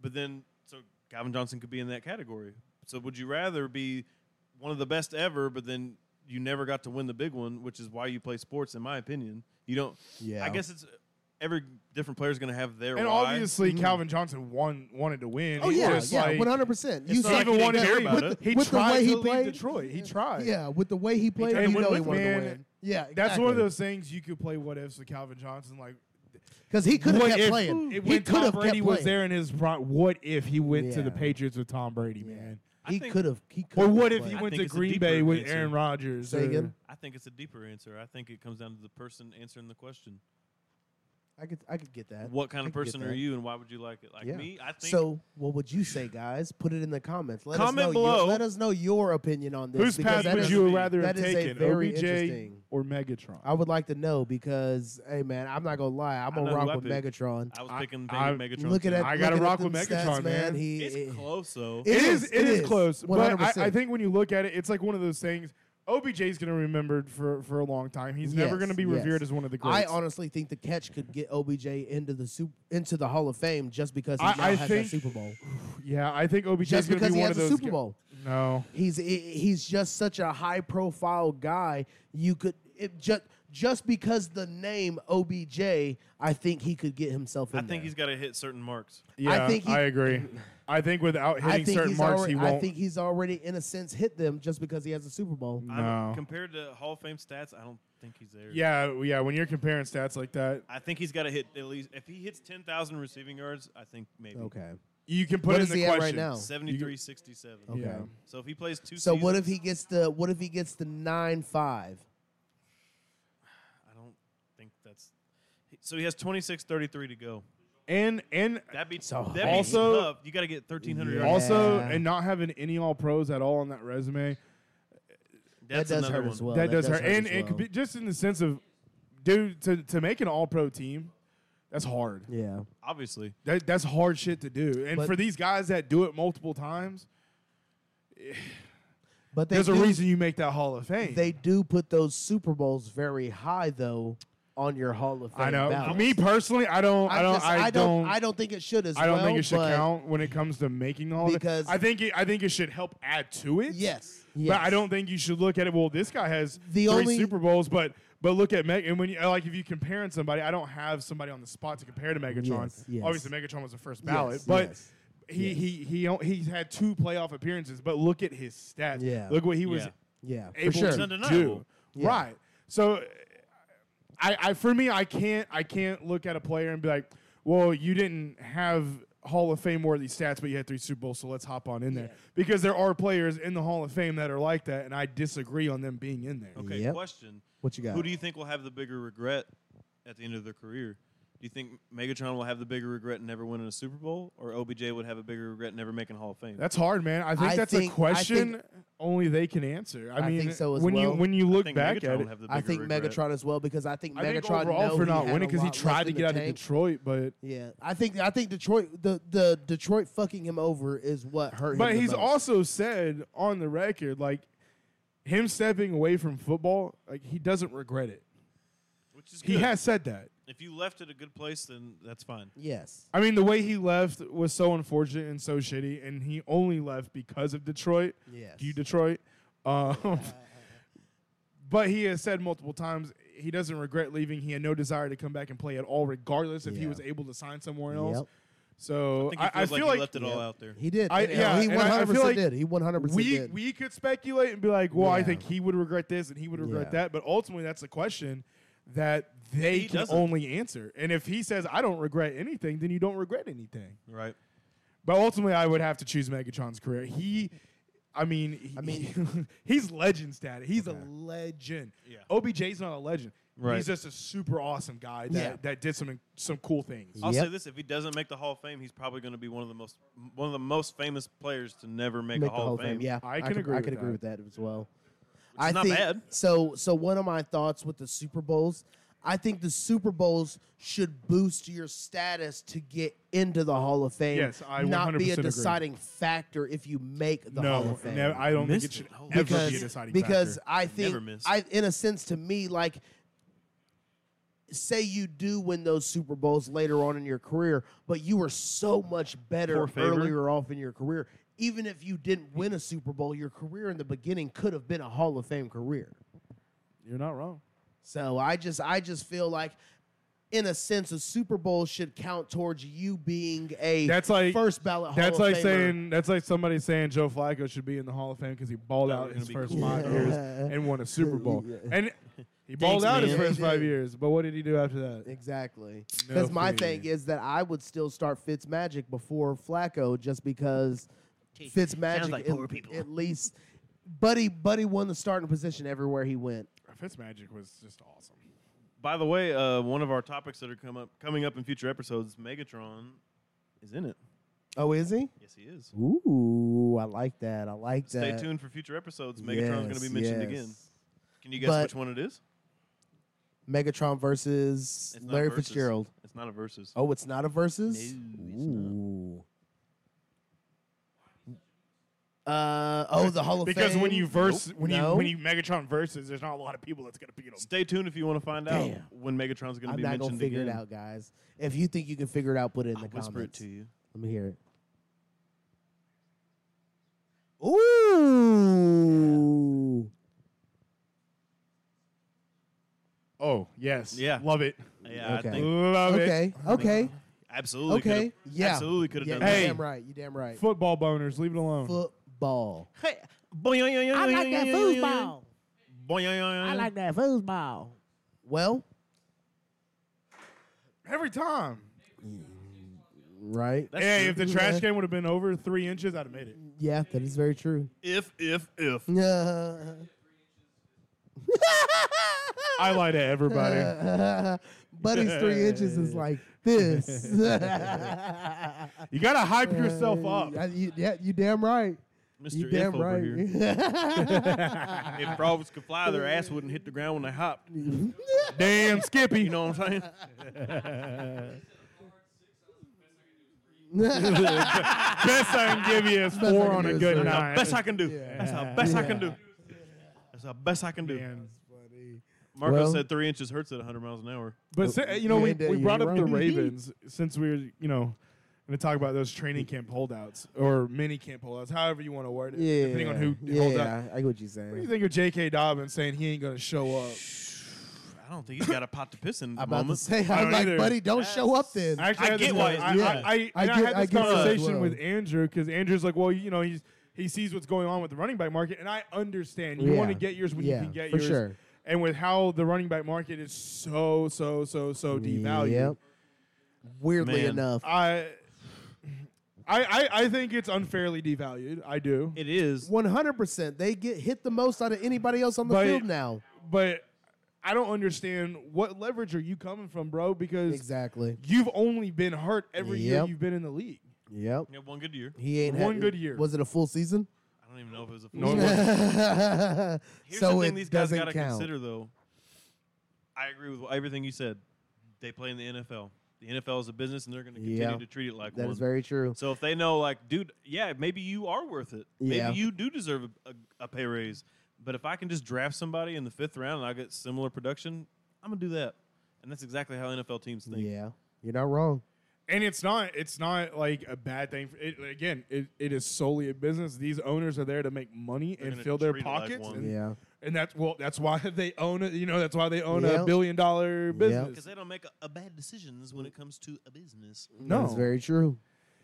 S3: But then so Calvin Johnson could be in that category. So would you rather be one of the best ever, but then you never got to win the big one, which is why you play sports, in my opinion. You don't
S2: Yeah.
S3: I guess it's every different player is gonna have their
S1: and
S3: why.
S1: obviously Calvin Johnson won wanted to win.
S2: Mm-hmm. Oh
S1: It's
S2: yeah,
S1: just
S2: yeah,
S1: like-
S2: one hundred percent.
S3: it's
S2: You
S3: not
S1: he
S2: said
S3: like he
S1: even
S3: didn't
S1: wanted to
S3: care
S1: leave.
S3: about
S1: With,
S3: it.
S1: He
S2: With the
S1: tried
S2: way
S1: to
S2: he
S1: leave
S2: played-
S1: Detroit. He tried.
S2: Yeah, with the way he played,
S1: tried to
S2: you
S1: win
S2: know he
S1: with
S2: wanted
S1: man.
S2: to win. Yeah,
S1: That's one of those things you could play what ifs with Calvin Johnson. Like,
S2: because he could have
S1: what
S2: kept
S1: if,
S2: playing.
S1: if-
S2: he
S1: when
S2: could
S1: Tom
S2: have kept
S1: Brady
S2: playing.
S1: was there in his prime, what if he went to the
S2: Yeah.
S1: Patriots with Tom Brady,
S2: Yeah.
S1: man?
S3: I
S2: He
S3: think-
S2: could have. He could.
S1: Or what if
S3: play.
S1: he
S3: I
S1: went
S3: think
S1: to
S3: it's a
S1: Green
S3: deeper
S1: Bay with
S3: answer.
S1: Aaron Rodgers?
S2: Say again?
S3: I think it's a deeper answer. I think it comes down to the person answering the question.
S2: I could. I could get that.
S3: What kind
S2: I
S3: of
S2: can get
S3: person are
S2: that.
S3: you and why would you like it? Like
S2: Yeah.
S3: me, I think
S2: So, what would you say, guys? Put it in the comments. Let
S3: Comment
S2: us know your-
S3: below.
S2: let us know your opinion on this.
S1: Whose
S2: because
S1: path
S2: that
S1: would
S2: is-
S1: you rather have
S2: that is a
S1: taken,
S2: very
S1: OBJ
S2: interesting-
S1: or Megatron?
S2: I would like to know because, hey, man, I'm not gonna lie. I'm
S3: I
S2: gonna
S3: know who
S2: rock
S3: I
S2: with
S3: picked.
S2: Megatron.
S3: I was
S1: I-
S3: picking
S1: I-
S3: Megatron.
S2: Looking
S3: too.
S2: at,
S1: I gotta
S2: looking at
S1: rock with
S2: them
S1: Megatron,
S2: stats,
S1: man.
S2: He,
S3: It's close though.
S2: It
S1: it
S2: is,
S1: is,
S2: it
S1: it is,
S2: is,
S1: close, but I,
S2: 100%.
S1: I think when you look at it, it's like one of those things. OBJ's going to be remembered for, for a long time. He's never
S2: Yes,
S1: going to be
S2: yes.
S1: revered as one of the
S2: I
S1: greats.
S2: honestly think the catch could get OBJ into the soup into the Hall of Fame just because he
S1: I-
S2: now
S1: I
S2: has
S1: think-
S2: that Super Bowl.
S1: yeah, I think OBJ's
S2: Just
S1: going to
S2: because
S1: be
S2: he
S1: one
S2: has
S1: of
S2: a
S1: those.
S2: Super
S1: gu-
S2: Bowl.
S1: No,
S2: He's he's just such a high profile guy. You could it just just because the name OBJ, I think he could get himself in
S3: I think
S2: there.
S3: he's got to hit certain marks.
S1: yeah,
S2: think he-
S1: I agree. I think without
S2: I
S1: hitting
S2: think
S1: certain
S2: he's
S1: marks,
S2: already,
S1: he won't.
S2: I think he's already in a sense hit them just because he has a Super Bowl.
S1: No.
S3: I'm, compared to Hall of Fame stats, I don't think he's there.
S1: yeah, yeah. When you're comparing stats like that,
S3: I think he's got to hit at least if he hits 10,000 receiving yards, I think maybe
S2: Okay.
S1: you can put
S2: What
S1: in
S2: is
S1: the
S2: he at right
S1: question.
S2: now?
S3: seventy-three, sixty-seven.
S2: Okay.
S1: Yeah.
S3: So if he plays two
S2: So what if
S3: seasons,
S2: he gets the what if he gets the nine five?
S3: I don't think that's So he has 26 33 to go.
S1: And and
S3: That beats
S2: So-
S3: that beats
S1: Also-
S3: tough. you got to get 1300
S2: Yeah.
S3: yards.
S1: also
S2: Yeah.
S1: and not having any All Pros at all on that resume.
S3: That's
S2: Oh, that does
S3: another
S2: hurt
S3: one.
S2: as well.
S1: that, does, hurt. And
S2: as
S1: it could
S2: well.
S1: be just in the sense of, dude, to, to make an all pro team, that's hard.
S2: yeah.
S3: Obviously.
S1: That, that's hard shit to do. And
S2: But-
S1: for these guys that do it multiple times,
S2: But they
S1: there's a
S2: do-
S1: reason you make that Hall of Fame.
S2: They do put those Super Bowls very high though on your Hall of Fame.
S1: I know.
S2: ballot.
S1: Me personally, I don't. I
S2: I'm
S1: don't.
S2: just-
S1: I, don't.
S2: I don't think it should as
S1: I don't
S2: well.
S1: think it should
S2: but
S1: count when it comes to making all
S2: Because-
S1: of it. I think it, I think it should help add to it.
S2: Yes,
S1: But
S2: yes.
S1: I don't think you should look at it. Well, this guy has
S2: The
S1: three
S2: only-
S1: Super Bowls, but but look at Meg. And when you like, if you comparing somebody, I don't have somebody on the spot to compare to Megatron.
S2: Yes, yes.
S1: Obviously, Megatron was the first ballot,
S2: Yes,
S1: but.
S2: yes,
S1: He, he he o- he's had two playoff appearances, but look at his stats.
S2: Yeah.
S1: Look what he was
S3: Yeah.
S2: Yeah, for
S1: able
S2: sure.
S1: to
S3: undeniable.
S1: do. Right. So I, I for me, I can't I can't look at a player and be like, well, you didn't have Hall of Fame worthy stats, but you had three Super Bowls, so let's hop on in there because there are players in the Hall of Fame that are like that, and I disagree on them being in there.
S3: Okay,
S2: Yep.
S3: question.
S2: What you got?
S3: Who do you think will have the bigger regret at the end of their career? Do you think Megatron will have the bigger regret never winning a Super Bowl, or OBJ would have a bigger regret never making Hall of Fame?
S1: That's hard, man. I think
S2: I
S1: that's
S2: think-
S1: a
S2: I
S1: question
S2: think-
S1: only they can answer. I,
S2: I
S1: mean,
S2: think so as
S1: when you
S2: well.
S1: when you
S3: I
S1: look
S3: think
S1: back
S3: Megatron
S1: at
S3: will
S1: it,
S3: have the
S2: I
S3: bigger
S2: think
S3: regret.
S2: Megatron as well because I think
S1: I think
S2: Megatron
S1: overall
S2: know
S1: for
S2: he
S1: not
S2: had
S1: winning
S2: a
S1: because he
S2: lot
S1: tried
S2: left
S1: to
S2: in the
S1: get out
S2: tank.
S1: of Detroit, but
S2: Yeah, I think I think Detroit the the Detroit fucking him over is what hurt.
S1: But
S2: him the
S1: he's
S2: most.
S1: also said on the record, like him stepping away from football, like he doesn't regret it.
S3: Which is
S1: He
S3: good.
S1: has said that.
S3: If you left at a good place, then that's fine.
S2: yes.
S1: I mean, the way he left was so unfortunate and so shitty, and he only left because of Detroit.
S2: Yes.
S1: You Detroit. Um, but he has said multiple times he doesn't regret leaving. He had no desire to come back and play at all, regardless if he
S2: Yeah.
S1: was able to sign somewhere else.
S2: Yep.
S1: So
S3: I think he
S1: I,
S3: feels
S1: I
S3: like
S1: feel
S3: he
S1: like
S3: left it all out there.
S2: He did.
S1: I-
S2: You know,
S1: yeah,
S2: he
S1: and I- I
S2: one hundred
S1: feel
S2: percent
S1: like
S2: did. He one hundred percent
S1: we
S2: did.
S1: we could speculate and be like, well, I
S2: Yeah.
S1: think he would regret this and he would regret
S2: Yeah.
S1: that, but ultimately that's a question that they
S3: He
S1: can
S3: doesn't.
S1: only answer. And if he says I don't regret anything, then you don't regret anything.
S3: Right.
S1: But ultimately, I would have to choose Megatron's career. He, I mean, I
S2: I
S1: mean, he's legend status. He's a legend.
S3: Yeah.
S1: OBJ's not a legend.
S3: Right.
S1: He's just a super awesome guy that,
S2: Yeah.
S1: that did some some cool things.
S3: I'll
S2: Yep.
S3: say this: if he doesn't make the Hall of Fame, he's probably going to be one of the most one of the most famous players to never make,
S2: Make
S3: a Hall, of Fame.
S2: Yeah,
S1: I can
S2: could-
S1: agree
S2: I
S1: with
S2: can agree
S1: that.
S2: with that as well.
S3: Which is
S2: I
S3: not
S2: think,
S3: bad.
S2: So, so one of my thoughts with the Super Bowls, I think the Super Bowls should boost your status to get into the Hall of Fame.
S1: Yes, I
S2: not be
S1: 100%
S2: a
S1: agree.
S2: deciding factor if you make the Hall
S1: No,
S2: of Fame.
S1: nev- I don't think
S3: Missed
S1: it should
S3: it. Oh,
S1: ever
S2: because
S1: be a deciding
S2: because
S1: factor.
S2: I think
S3: Never miss.
S2: I in a sense to me like say you do win those Super Bowls later on in your career, but you were so much better
S3: Poor favor.
S2: earlier off in your career. Even if you didn't win a Super Bowl, your career in the beginning could have been a Hall of Fame career.
S1: You're not wrong.
S2: So I just I just feel like in a sense a Super Bowl should count towards you being a
S1: That's like-
S2: first ballot Hall
S1: That's
S2: of
S1: like
S2: Famer.
S1: saying that's like somebody saying Joe Flacco should be in the Hall of Fame because he balled out
S3: we're
S1: his
S3: gonna be
S1: first
S3: cool.
S1: five years and won a Super Bowl. And he balled
S2: Thanks,
S1: out his
S2: man.
S1: first
S2: Yeah, he
S1: five
S2: did.
S1: years. But what did he do after that?
S2: Exactly.
S1: No
S2: Because my
S1: fair.
S2: thing is that I would still start Fitzmagic before Flacco just because Fitzmagic
S7: like
S2: at-
S7: poor people.
S2: at least Buddy Buddy won the starting position everywhere he went.
S1: Fitzmagic was just awesome.
S3: By the way, uh, one of our topics that are come up coming up in future episodes, Megatron is in it.
S2: Oh, is he?
S3: Yes, he is.
S2: Ooh, I like that. I like
S3: Stay
S2: that.
S3: tuned for future episodes. Megatron's going to be
S2: Yes,
S3: mentioned
S2: yes.
S3: again. Can you guess
S2: But-
S3: which one it is?
S2: Megatron versus
S3: It's not
S2: Larry
S3: versus.
S2: Fitzgerald.
S3: It's not a versus.
S2: Oh, it's not a versus.
S3: No,
S2: Ooh. Uh oh, the Hall of
S1: Because
S2: Fame.
S1: when you verse when
S2: No.
S1: you when you Megatron verses, there's not a lot of people that's gonna beat him.
S3: Stay tuned if you want to find out
S2: Damn.
S3: when Megatron's going to
S2: I'm
S3: be
S2: not gonna
S3: mentioned
S2: figure
S3: again.
S2: it out, guys. If you think you can figure it out, put it in
S3: I'll
S2: the
S3: whisper it
S2: comments.
S3: to you.
S2: Let me hear it. Ooh.
S1: Oh yes,
S3: Yeah.
S1: love it,
S3: Yeah,
S2: Okay.
S3: I think
S1: love it.
S2: Okay. Okay.
S3: absolutely.
S2: Okay.
S3: could've-
S2: Yeah.
S3: Absolutely could have
S2: yeah,
S3: done
S2: you
S1: Hey.
S2: damn right. You damn right.
S1: Football boners, leave it alone.
S2: Football.
S3: that. Hey. I I
S2: that foosball. Well,
S1: Every time.
S2: right.
S1: hey, if the trash
S2: Yeah.
S1: can would have been over three inches, I'd have made it.
S2: Yeah, that is very true.
S3: If, if, if.
S2: Yeah.
S1: I lie to everybody.
S2: Buddy's three inches is like this.
S1: You gotta hype yourself up.
S2: Uh, you- yeah, you damn right.
S3: Mr.
S2: You
S3: If
S2: damn
S3: over
S2: right.
S3: here. if frogs could fly, their ass wouldn't hit the ground when they hopped.
S1: Damn Skippy.
S3: You know what I'm saying?
S1: Best I can give you is four
S2: I
S1: on
S2: can
S1: a
S2: do is
S1: good
S2: three.
S1: night.
S3: Best I can do. That's the best I can do. That's the best I can do.
S1: Man.
S3: Marco
S2: Well-
S3: said three inches hurts at 100 miles an hour.
S1: But si- you know,
S2: you
S1: we,
S2: ain't-
S1: we
S2: you
S1: brought
S2: ain't
S1: up the
S2: wrong.
S1: Ravens since we were, you know, going to talk about those training camp holdouts or mini camp holdouts, however you want to word it,
S2: Yeah.
S1: depending on who
S2: yeah,
S1: holds out.
S2: I get what you're
S1: What do you
S2: saying.
S1: think of J.K. Dobbins saying he ain't going to show up?
S3: I don't think he's got a pot to piss in
S2: I'm
S3: at the
S2: about to
S3: moment.
S2: say,
S1: I
S2: I'm
S1: don't
S2: like,
S1: either.
S2: buddy, don't show up then.
S1: Actually,
S3: I
S1: had
S3: get
S1: this-
S3: why he's
S1: I,
S3: doing
S1: I,
S2: it.
S1: I,
S2: I
S1: and I
S2: get-
S1: had
S2: I
S1: this
S2: get that as
S1: conversation
S2: well.
S1: with Andrew because Andrew's like, well, you know, he's he sees what's going on with the running back market, and I understand you
S2: Yeah.
S1: want to get yours when
S2: Yeah,
S1: you can get
S2: for
S1: yours.
S2: sure.
S1: And with how the running back market is so, so, so, so devalued,
S2: Yep. Weirdly
S3: Man.
S2: enough,
S1: I, I, I, I think it's unfairly devalued. I do.
S3: It is.
S2: one hundred percent, they get hit the most out of anybody else on the
S1: But-
S2: field now.
S1: but I don't understand what leverage are you coming from, bro? Because
S2: Exactly.
S1: you've only been hurt every year
S2: Yep.
S1: you've been in the league.
S2: Yep.
S3: Yeah, one good year.
S2: He ain't
S1: One
S2: had,
S1: good year.
S2: Was it a full season?
S3: I don't even know if it was a full
S1: No, it
S3: year.
S1: wasn't.
S3: Here's
S2: so
S3: the thing
S2: it
S3: these guys
S2: doesn't
S3: gotta
S2: count.
S3: consider though. I agree with everything you said. They play in the NFL. The NFL is a business, and they're going to continue
S2: Yeah.
S3: to treat it like
S2: That
S3: one.
S2: is very true.
S3: so if they know, like, dude, yeah, maybe you are worth it.
S2: Yeah.
S3: Maybe you do deserve a, a, a pay raise. But if I can just draft somebody in the fifth round and I get similar production, I'm gonna do that. And that's exactly how NFL teams think.
S2: Yeah, you're not wrong.
S1: And it's not it's not like a bad thing. For, it, again, it, it is solely a business. These owners are there to make money
S3: They're
S1: and
S3: gonna
S1: fill their
S3: treat it like
S1: pockets.
S3: one.
S1: and,
S2: Yeah,
S1: and that's well, that's why they own it. You know, that's why they own a
S2: Yep.
S1: billion dollar business.
S3: Because they don't make a, a bad decisions when it comes to a business.
S1: No,
S2: that's very true.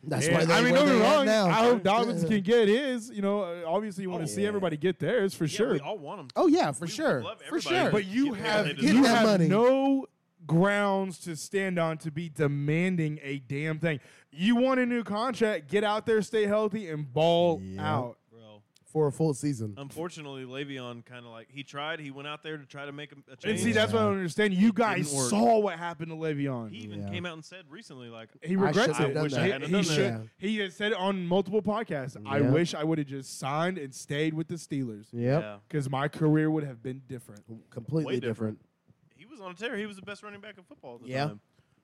S2: That's
S1: Yeah,
S2: why they,
S1: I mean,
S2: where
S1: don't get
S2: they
S1: me
S2: at
S1: wrong.
S2: now.
S1: I hope Dobbins can get his. You know, uh, obviously you want
S3: Oh,
S1: to see
S2: yeah.
S1: everybody get theirs for
S3: Yeah,
S1: sure.
S3: we all want them.
S2: Oh yeah, for
S3: We
S2: sure,
S3: love
S2: for
S3: everybody.
S2: sure.
S1: But you
S3: Get
S1: have
S3: that
S1: you
S2: that
S1: have
S2: money.
S1: no grounds to stand on to be demanding a damn thing. You want a new contract? Get out there, stay healthy, and ball
S2: Yep.
S1: out.
S3: Bro.
S2: for a full season.
S3: Unfortunately, Le'Veon kind of like he tried. He went out there to try to make a, a
S1: And
S3: change.
S1: see, that's what I don't understand. You guys
S3: work.
S1: saw what happened to Le'Veon.
S3: he
S1: He,
S3: even
S2: Yeah.
S3: came out and said recently, like,
S1: regrets it.
S2: shouldn't have done
S1: He-
S3: that.
S1: He,
S3: Yeah.
S1: should. He has said it on multiple podcasts. I
S2: Yep.
S1: wish I would have just signed and stayed with the Steelers
S2: Yep,
S3: yeah,
S1: because my career would have been different.
S2: completely
S3: Way
S2: different.
S3: different. he was on a tear. He was the best running back in football. At the
S2: Yeah.
S3: time.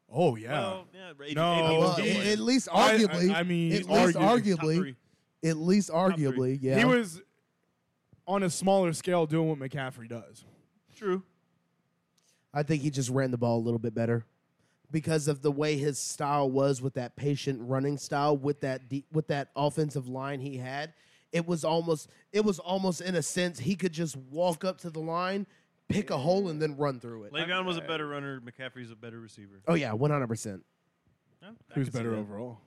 S1: Oh yeah.
S3: Well, yeah, but AP
S1: No,
S3: was
S2: Well,
S1: He
S3: still
S1: was-
S2: at,
S3: playing.
S2: at least
S1: I- I-
S2: arguably,
S1: I mean,
S2: at least
S1: arguably.
S3: Top three.
S2: arguably, at least
S3: three.
S2: arguably, yeah.
S1: He was on a smaller scale doing what McCaffrey does.
S3: True.
S2: I think he just ran the ball a little bit better because of the way his style was with that patient running style with that de- with that offensive line he had. It was almost it was almost in a sense he could just walk up to the line, pick a hole and then run through it.
S3: Le'Veon was a better runner. McCaffrey's a better receiver.
S2: Oh yeah, 100%.
S3: I- I
S1: Who's
S3: can see
S1: better
S3: that.
S1: overall?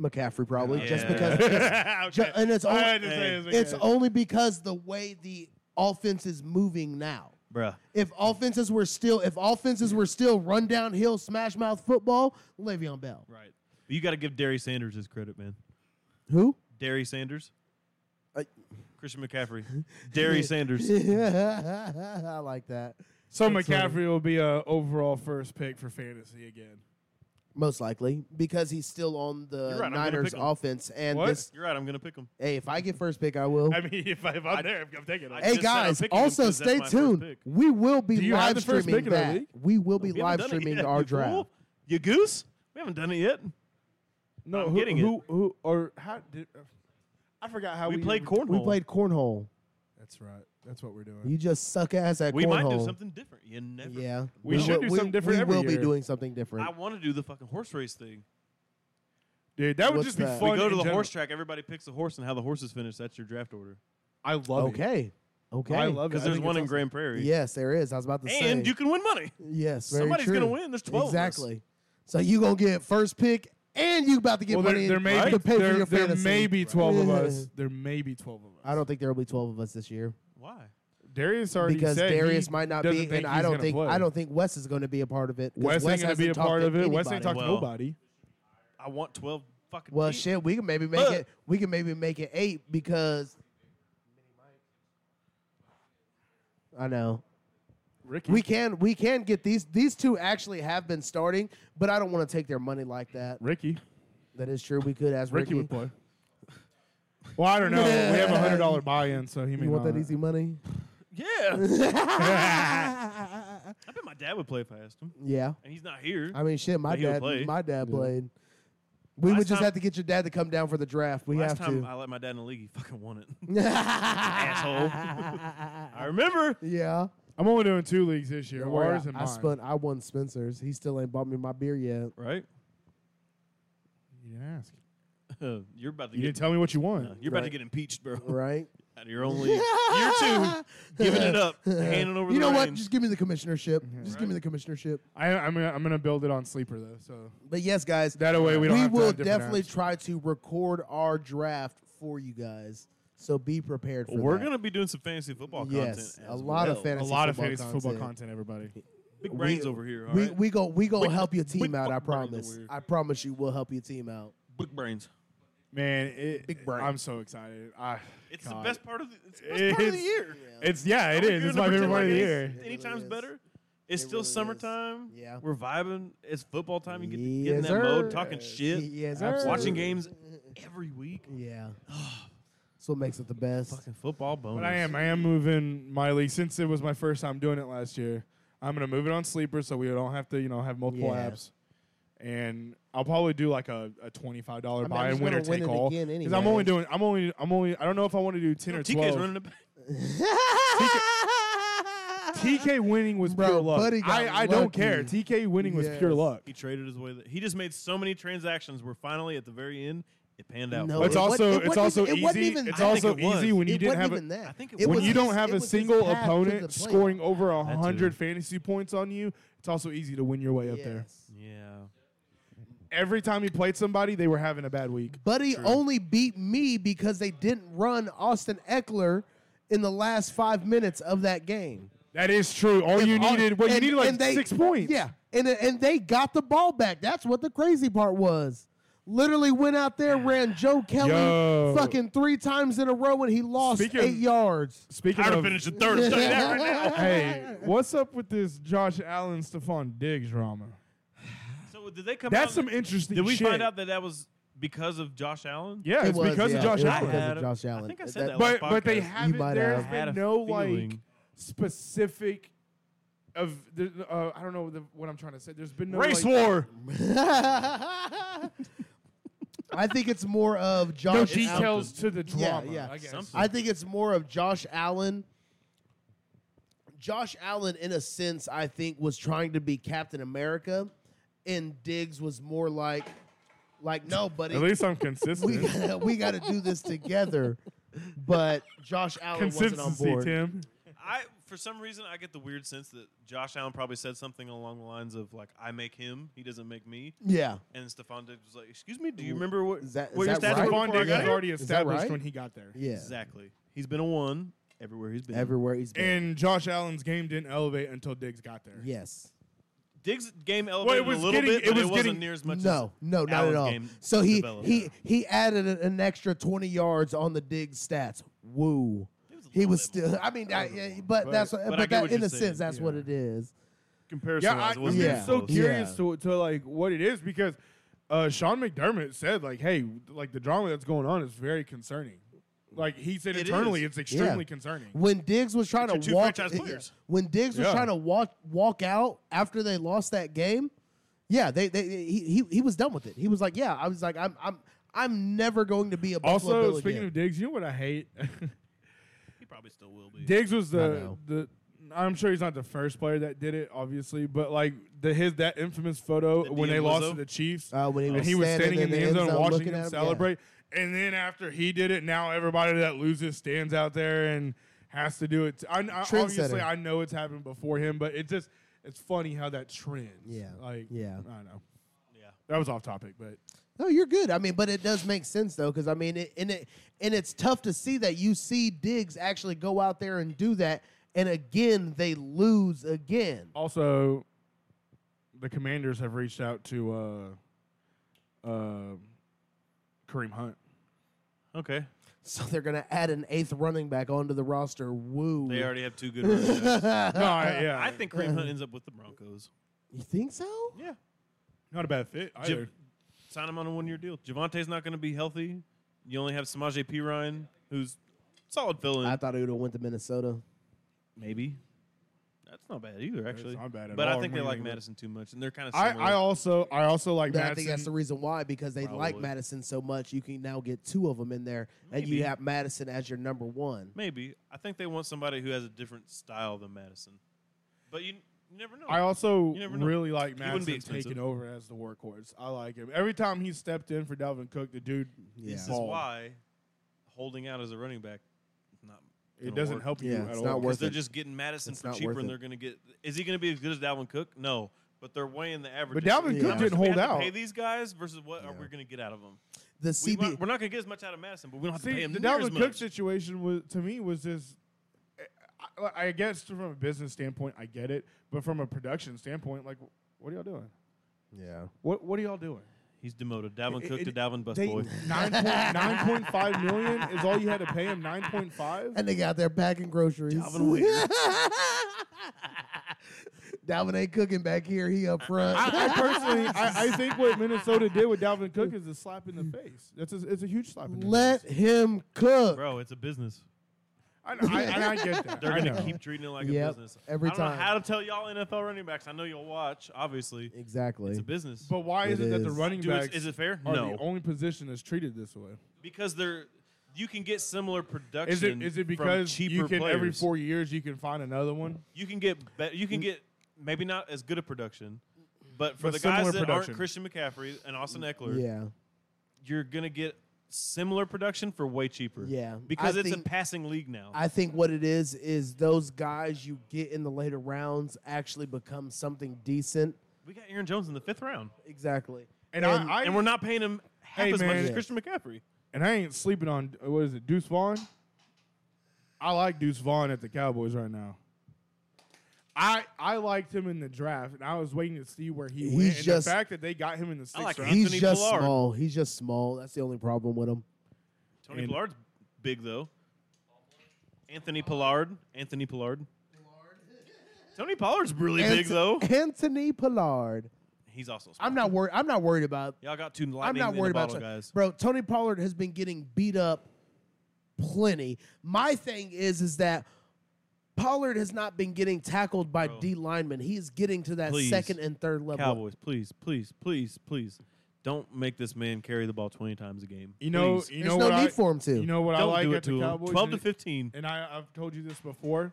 S2: McCaffrey probably just
S3: Yeah.
S2: because it's, ju- and it's
S1: I had
S2: only,
S1: to say it's
S2: it's
S1: McCaffrey.
S2: only because the way the offense is moving now.
S3: Bruh.
S2: If offenses were still if offenses were still run downhill smash mouth football, Le'Veon Bell.
S3: Right. But you got to give Derry Sanders his credit, man.
S2: Who?
S3: Derry Sanders.
S2: I-
S3: Christian McCaffrey. Derry Sanders.
S2: I like that.
S1: So
S2: That's
S1: McCaffrey will be a overall first pick for fantasy again.
S2: Most likely because he's still on the
S3: You're right, I'm gonna
S2: Niners
S3: pick him.
S2: offense. And
S1: What?
S2: this,
S3: You're right. I'm going to pick him.
S2: hey, if I get first pick, I will.
S1: I mean, if, I, if I'm there, I'm taking
S3: I
S1: him.
S2: hey
S3: just said I'm
S2: guys,
S3: picking him
S2: also
S3: 'cause that's
S2: stay
S3: my first
S2: tuned.
S3: pick.
S2: We will be
S1: Do you have
S2: live
S1: the first
S2: streaming
S1: pick in our
S2: that.
S1: league?
S2: We will be
S3: We haven't
S2: live
S3: done it
S2: streaming
S3: yet,
S2: our
S3: you
S2: draft.
S3: fool. You goose? We haven't done it yet.
S1: No,
S3: I'm
S1: who,
S3: getting it.
S1: who, who, or how did? I forgot how
S3: we,
S1: Uh, we,
S3: played cornhole.
S2: We played cornhole.
S1: That's right. That's what we're doing.
S2: You just suck ass at
S3: We
S2: cornhole.
S3: might do something different. You never.
S2: Yeah,
S1: We should
S2: will-
S1: do something different
S2: We
S1: every
S2: will be
S1: year.
S2: doing something different.
S3: I want to do the fucking horse race thing.
S1: Dude, that would
S2: What's
S1: just be
S2: that?
S1: fun.
S3: we go
S1: in
S3: to the
S1: general.
S3: horse track. Everybody picks the horse and how the horses finish. That's your draft order.
S1: I love it.
S2: okay, okay.
S1: I love it.
S3: Because
S1: I
S3: there's
S1: think
S3: one
S1: it's
S3: in Grand Prairie.
S2: Yes, there is. I was about to say.
S3: And you can win money.
S2: yes, very
S3: Somebody's
S2: true.
S3: gonna win. There's 12 of us.
S2: Exactly. So you gonna get first pick, and you about to get
S1: awesome. Well,
S2: money
S1: there, there may
S2: to
S1: be
S2: pay for
S1: there,
S2: your
S1: there
S2: fantasy.
S1: may be twelve of us. There may be twelve of us.
S2: I don't think there will be twelve of us this year
S3: Why?
S1: Darius already
S2: because
S1: said
S2: Darius
S1: he
S2: might not
S1: doesn't
S2: be,
S1: think
S2: and I
S1: he's
S2: don't
S1: gonna
S2: think
S1: play.
S2: I don't think Wes is going to be a part of it. 'cause
S1: Wes, ain't gonna be a
S2: hasn't talked
S1: part
S2: to
S1: of it. Wes ain't
S2: anybody.
S1: talked to
S3: Well,
S1: nobody.
S3: I want 12 fucking.
S2: Well,
S3: people.
S2: shit, we can maybe make
S3: But-
S2: it. We can maybe make it eight because I know
S1: Ricky,
S2: we can. We can get these. These two actually have been starting, but I don't want to take their money like that.
S1: Ricky,
S2: That is true. We could ask
S1: Ricky
S2: Ricky.
S1: would play. Well, I don't know. we have a hundred dollar buy-in, so he may
S2: you want
S1: not.
S2: that easy money?
S3: Yeah. I bet my dad would play if I asked him.
S2: Yeah.
S3: And he's not here.
S2: I mean, shit. My
S3: But he would
S2: dad.
S3: play.
S2: My dad played. We would
S3: Last
S2: just
S3: time-
S2: have to get your dad to come down for the draft. We
S3: Last
S2: have
S3: time
S2: to.
S3: I let my dad in the league, he fucking won it. Asshole. I remember.
S2: yeah.
S1: I'm only doing two leagues this year.
S2: Don't worry,
S1: Ours
S2: I,
S1: and
S2: I
S1: mine.
S2: spun. I won Spencer's. He still ain't bought me my beer yet.
S3: Right?
S1: You didn't ask.
S3: you're about to
S1: You
S3: get. uh,
S1: didn't tell me what you want.
S3: you're about to
S2: Right.
S3: get impeached, bro.
S2: Right?
S3: Out of your own league. Year two, giving it up, handing over
S2: you
S3: the
S2: know what?
S3: reins.
S2: Just give me the commissionership. Just give me the commissionership.
S1: I, I'm gonna, I'm gonna build it on sleeper though. So
S2: But yes, guys,
S1: that way we don't. have to
S2: will
S1: have different
S2: definitely
S1: apps.
S2: try to record our draft for you guys. So be prepared for
S3: We're
S2: that.
S3: gonna be doing some fantasy football
S2: yes,
S3: content.
S2: a
S3: as
S2: lot of
S3: well.
S1: A
S2: fantasy
S1: lot of
S2: football
S1: fantasy football content, everybody.
S3: Big
S2: We-
S3: brains over here. all
S2: We,
S3: right?
S2: we go we gonna
S3: Wait,
S2: help your
S3: wait,
S2: team out. I
S3: what brand are
S2: promise.
S3: we-
S2: I promise you, we'll help your team out.
S3: Big brains.
S1: Man, it,
S2: Big brain.
S1: I'm so excited. I,
S3: It's
S1: God.
S3: the best part of the, it's the, best part of the
S1: It's-
S3: year.
S1: It's yeah, it
S3: Are we
S1: is.
S3: gonna
S1: It's my favorite
S3: pretend
S1: part of the
S3: like
S1: year.
S3: it's-
S2: It
S3: Anytime's
S2: really is.
S3: better. It's
S2: It
S3: still
S2: really is.
S3: summertime.
S2: Yeah.
S3: We're vibing. It's football time. You get, to get in
S2: Yes,
S3: that
S2: sir.
S3: mode, talking shit,
S2: Yes,
S1: Absolutely.
S3: watching games every week.
S2: Yeah. That's what makes it the best.
S3: Fucking football bonus.
S1: But I am. I am moving my league since it was my first time doing it last year. I'm gonna move it on sleeper so we don't have to, you know, have multiple
S2: Yeah.
S1: apps. And I'll probably do like a, a twenty five dollar
S2: mean,
S1: buy
S2: I'm
S1: and
S2: just
S1: winner
S2: gonna win
S1: take
S2: it
S1: all.
S2: again
S1: I'm only
S2: anyways.
S1: doing. I'm only. I'm only. I don't know if I want to do ten
S3: No,
S1: or
S3: TK's
S1: twelve.
S3: running the back.
S1: TK winning was
S2: Bro,
S1: pure luck.
S2: Buddy got
S1: I, I don't care.
S2: lucky.
S1: TK winning was pure
S2: Yes.
S1: luck.
S3: He traded his way. th- He just made so many transactions. We're finally at the very end. It panned out.
S2: No,
S1: But it's
S2: it wa-
S1: also
S2: it
S1: it's
S2: wasn't
S1: also
S2: even- it wasn't
S1: easy.
S2: even-
S1: it's
S3: I think
S1: also
S3: it was.
S1: easy when you
S2: It
S1: didn't
S2: wasn't
S1: have a,
S2: even that.
S3: I think it
S2: It
S1: when
S2: was
S1: you
S2: his-
S1: don't have
S2: it
S1: a
S2: was his
S1: single
S2: path to the
S1: opponent
S2: playoffs.
S1: scoring over a
S3: That too.
S1: hundred fantasy points on you, it's also easy to win your way up there.
S2: Yes.
S3: yeah.
S1: Every time he played somebody, they were having a bad week.
S2: Buddy only beat me because they didn't run Austin Eckler in the last five minutes of that game.
S1: That is true. All you
S2: All-
S1: needed, well, you
S2: and-
S1: needed like
S2: and they-
S1: six points.
S2: Yeah, and and they got the ball back. That's what the crazy part was. Literally went out there, ran Joe Kelly
S1: Yo.
S2: fucking three times in a row, and he lost
S1: Speaking-
S2: eight yards.
S1: Speaking
S3: I'd
S1: of,
S3: have finished in third. I'm telling you that right now.
S1: hey, what's up with this Josh Allen, Stephon Diggs drama?
S3: So did they come?
S1: That's
S3: out-
S1: some interesting.
S3: Did we
S1: shit.
S3: find out that that was because of Josh Allen?
S1: Yeah,
S2: It
S1: it's
S2: was,
S1: because
S2: yeah,
S1: of Josh
S2: it was
S1: Allen.
S2: because
S3: had
S2: of
S3: a-
S2: Josh Allen.
S3: I think I
S2: That-
S3: said that.
S1: but but they
S3: podcast.
S1: haven't.
S2: might
S1: There has
S2: have.
S3: Had
S1: been
S3: a
S1: no like
S3: feeling.
S1: specific of the, uh, I don't know the, what I'm trying to say. There's been no
S3: Race
S1: like,
S3: war.
S2: I think it's more of Josh.
S1: no
S2: Allen-
S1: details to the
S2: Yeah,
S1: drama.
S2: yeah.
S1: I guess.
S3: Something.
S2: I think it's more of Josh Allen. Josh Allen, in a sense, I think was trying to be Captain America, and Diggs was more like, like no, buddy,
S1: At least I'm
S2: we
S1: consistent.
S2: gotta, we got to do this together. But Josh Allen wasn't on
S1: Consistency,
S2: board.
S1: Tim.
S3: I for some reason I get the weird sense that Josh Allen probably said something along the lines of like I make him, he doesn't make me.
S2: Yeah,
S3: And Stephon Diggs was like, "Excuse me, do you remember what
S2: Is that- is
S3: what your
S2: that
S3: stats
S2: right?
S3: were
S1: Stephon
S3: before I
S1: Diggs
S3: got
S1: was
S3: here?"
S1: already
S2: that
S1: established
S2: right?
S1: when he got there.
S2: yeah.
S3: Exactly. He's been a one everywhere he's been.
S2: Everywhere he's been.
S1: And Josh Allen's game didn't elevate until Diggs got there.
S2: yes.
S3: Diggs game elevated
S1: was
S3: a little
S1: getting-
S3: bit,
S1: it
S3: but it,
S1: was
S3: wasn't
S1: getting-
S3: near as much.
S2: No, no, not at
S3: Allen's
S2: all.
S3: game
S2: So he
S3: developed.
S2: he he added an, an extra twenty yards on the Diggs stats. Woo.
S3: was a
S2: He
S3: little
S2: was
S3: bit more.
S2: still. I mean, I, yeah, but,
S1: But-
S2: that's what,
S3: but
S2: but,
S3: I get
S2: that,
S3: what
S2: in
S3: you're
S2: a sense,
S3: saying.
S2: that's what it is.
S3: Comparison
S1: Yeah, I,
S3: wise, it
S1: am
S3: wasn't
S2: yeah.
S3: even
S1: so
S3: close.
S1: curious
S2: Yeah.
S1: to, to like what it is because uh, Sean McDermott said like, hey, like the drama that's going on is very concerning. Like he said
S3: It
S1: internally,
S3: is.
S1: it's extremely concerning.
S2: When Diggs was trying
S3: It's your
S2: to
S3: two
S2: walk, eh,
S3: franchise players.
S2: when Diggs was
S1: Yeah.
S2: trying to walk walk out after they lost that game, yeah, they they he he, he was done with it. He was like, yeah, I was like, I'm I'm I'm never going to be a Buffalo
S1: Also,
S2: Bill
S1: speaking
S2: again.
S1: of Diggs, you know what I hate?
S3: He probably still will be.
S1: Diggs was the
S2: know.
S1: the. I'm sure he's not the first player that did it, obviously, but like the his that infamous photo
S3: The
S1: when they
S3: Dean
S1: lost
S3: Lizzo?
S1: to the Chiefs,
S2: Uh, when he
S1: and
S2: was
S1: he was standing in the end zone watching
S2: looking
S1: him
S2: at him, yeah.
S1: celebrate, and then after he did it, now everybody that loses stands out there and has to do it. I, I- obviously,
S2: Trendsetter.
S1: I know it's happened before him, but it just it's funny how that trends.
S2: Yeah.
S1: like
S2: Yeah.
S1: I don't know.
S3: Yeah.
S1: That was off topic, but
S2: No, you're good. I mean, but it does make sense though, because I mean, it, and it and it's tough to see that you see Diggs actually go out there and do that, and again they lose again.
S1: Also, the Commanders have reached out to uh, uh, Kareem Hunt.
S3: Okay.
S2: So they're gonna add an eighth running back onto the roster. Woo!
S3: They already have two good running backs.
S1: No, I, yeah,
S3: I think Kareem Hunt ends up with the Broncos.
S2: You think so?
S3: Yeah.
S1: not a bad fit
S3: Jav-
S1: either.
S3: sign him on a one-year deal. Javante's not going to be healthy. You only have Samaje P. Ryan, who's solid fill-in.
S2: I thought he would have went to Minnesota.
S3: Maybe. That's not bad either, actually.
S1: not bad at
S3: but
S1: all
S3: I think
S1: when
S3: they
S1: you
S3: like
S1: think of it.
S3: Madison too much, and they're kind of
S1: I,
S3: similar.
S1: I also I also like
S2: But I think that's the
S1: Madison.
S2: reason why because they like
S3: Probably.
S2: Madison so much. You can now get two of them in there, and
S3: Maybe.
S2: you have Madison as your number one.
S3: Maybe. I think they want somebody who has a different style than Madison. But you, you never know.
S1: I also
S3: You never know.
S1: really like
S3: He wouldn't be
S1: Madison taking
S3: expensive.
S1: over as the workhorse. I like him. Every time he stepped in for Dalvin Cook, the dude
S2: Yeah.
S3: this is
S1: balled.
S3: why holding out as a running back is not
S1: It doesn't help you
S2: Yeah,
S1: at
S2: it's
S1: all.
S2: not worth
S3: because they're
S2: it.
S3: just getting Madison
S2: It's
S3: for
S2: not
S3: cheaper,
S2: worth
S3: and
S2: it.
S3: they're going to get. Is he going to be as good as Dalvin Cook? No, but they're weighing the average.
S1: Dalvin
S2: Cook
S1: didn't hold out.
S3: Pay these guys versus what are we going to get out of them?
S2: the
S3: We,
S2: CB.
S3: we're not going to get as much out of Madison, but we don't have to pay
S1: See,
S3: him
S1: the
S3: near as
S1: Dalvin Cook
S3: much.
S1: situation was to me was just. I- I, I guess from a business standpoint, I get it, but from a production standpoint, like, what are y'all doing?
S2: yeah.
S1: What What are y'all doing?
S3: He's demoted. Dalvin
S1: It-
S3: Cook to
S1: it-
S3: Dalvin Bus
S1: They-
S3: Boy.
S1: Nine point nine point five million is all you had to pay him. Nine point five.
S2: And they got their packing groceries.
S3: Dalvin Wade.
S2: Dalvin ain't cooking back here. He up front.
S1: I, I personally, I, I think what Minnesota did with Dalvin Cook is a slap in the face. That's a, it's a huge slap in the
S2: Let
S1: face.
S2: him cook.
S3: Bro, it's a business.
S1: I, know, I, and I get that.
S3: They're
S1: I
S3: going to
S1: know.
S3: keep treating it like a
S2: Yep,
S3: business.
S2: every
S3: I don't know
S2: time.
S3: how to tell y'all NFL running backs. I know you'll watch, obviously.
S2: Exactly.
S3: It's a business.
S1: But why
S2: It
S1: is it that the
S2: is.
S1: running
S3: Do
S1: backs
S3: it, is it fair?
S1: are
S3: No.
S1: the only position that's treated this way?
S3: because they're you can get similar production.
S1: Is it is it
S3: from
S1: because
S3: cheaper
S1: you can
S3: players.
S1: every four years you can find another one?
S3: you can get be- you
S2: Mm.
S3: can get maybe not as good a production, but for
S1: But
S3: the guys
S1: similar
S3: that
S1: production.
S3: aren't Christian McCaffrey and Austin Eckler,
S2: Mm, yeah.
S3: you're gonna get similar production for way cheaper.
S2: Yeah.
S3: because
S2: I
S3: it's a
S2: think-
S3: passing league now.
S2: I think what it is is those guys you get in the later rounds actually become something decent.
S3: we got Aaron Jones in the fifth round,
S2: Exactly.
S1: And,
S2: And-
S1: I, I
S3: and we're not paying him half
S1: Hey,
S3: as much
S1: man.
S3: as Christian McCaffrey.
S1: and I ain't sleeping on uh, what is it Deuce Vaughn. I like Deuce Vaughn at the Cowboys right now. I I liked him in the draft, and I was waiting to see where he
S2: He's
S1: went. And
S2: just-
S1: the fact that they got him in the sixth
S3: like
S1: round,
S2: He's
S3: Anthony
S2: just
S3: Pollard.
S2: small. He's just small. That's the only problem with him.
S3: Tony
S1: And-
S3: Pollard's big though. Anthony Pollard, Anthony Pollard. Tony Pollard's really big
S2: Ant-
S3: though.
S2: Anthony Pollard.
S3: He's also. Small.
S2: I'm not worried. I'm not worried about.
S3: Y'all got two
S2: I'm
S3: lightning
S2: not
S3: in
S2: worried
S3: the
S2: about
S3: bottle,
S2: Tony-
S3: guys.
S2: Bro, Tony Pollard has been getting beat up plenty. My thing is is that Pollard has not been getting tackled by
S3: Bro.
S2: D linemen. He is getting to that
S3: Please.
S2: second and third level.
S3: Cowboys, please, please, please, please, don't make this man carry the ball 20 times a game.
S1: you know,
S3: Please.
S1: you
S2: There's
S1: know
S2: no
S1: what
S2: need
S1: I,
S2: for him to.
S1: You know what I
S3: don't
S1: like
S3: do it
S1: at the
S3: to him.
S1: Cowboys.
S3: 12 to
S1: and-
S3: 15.
S1: And I, I've told you this before,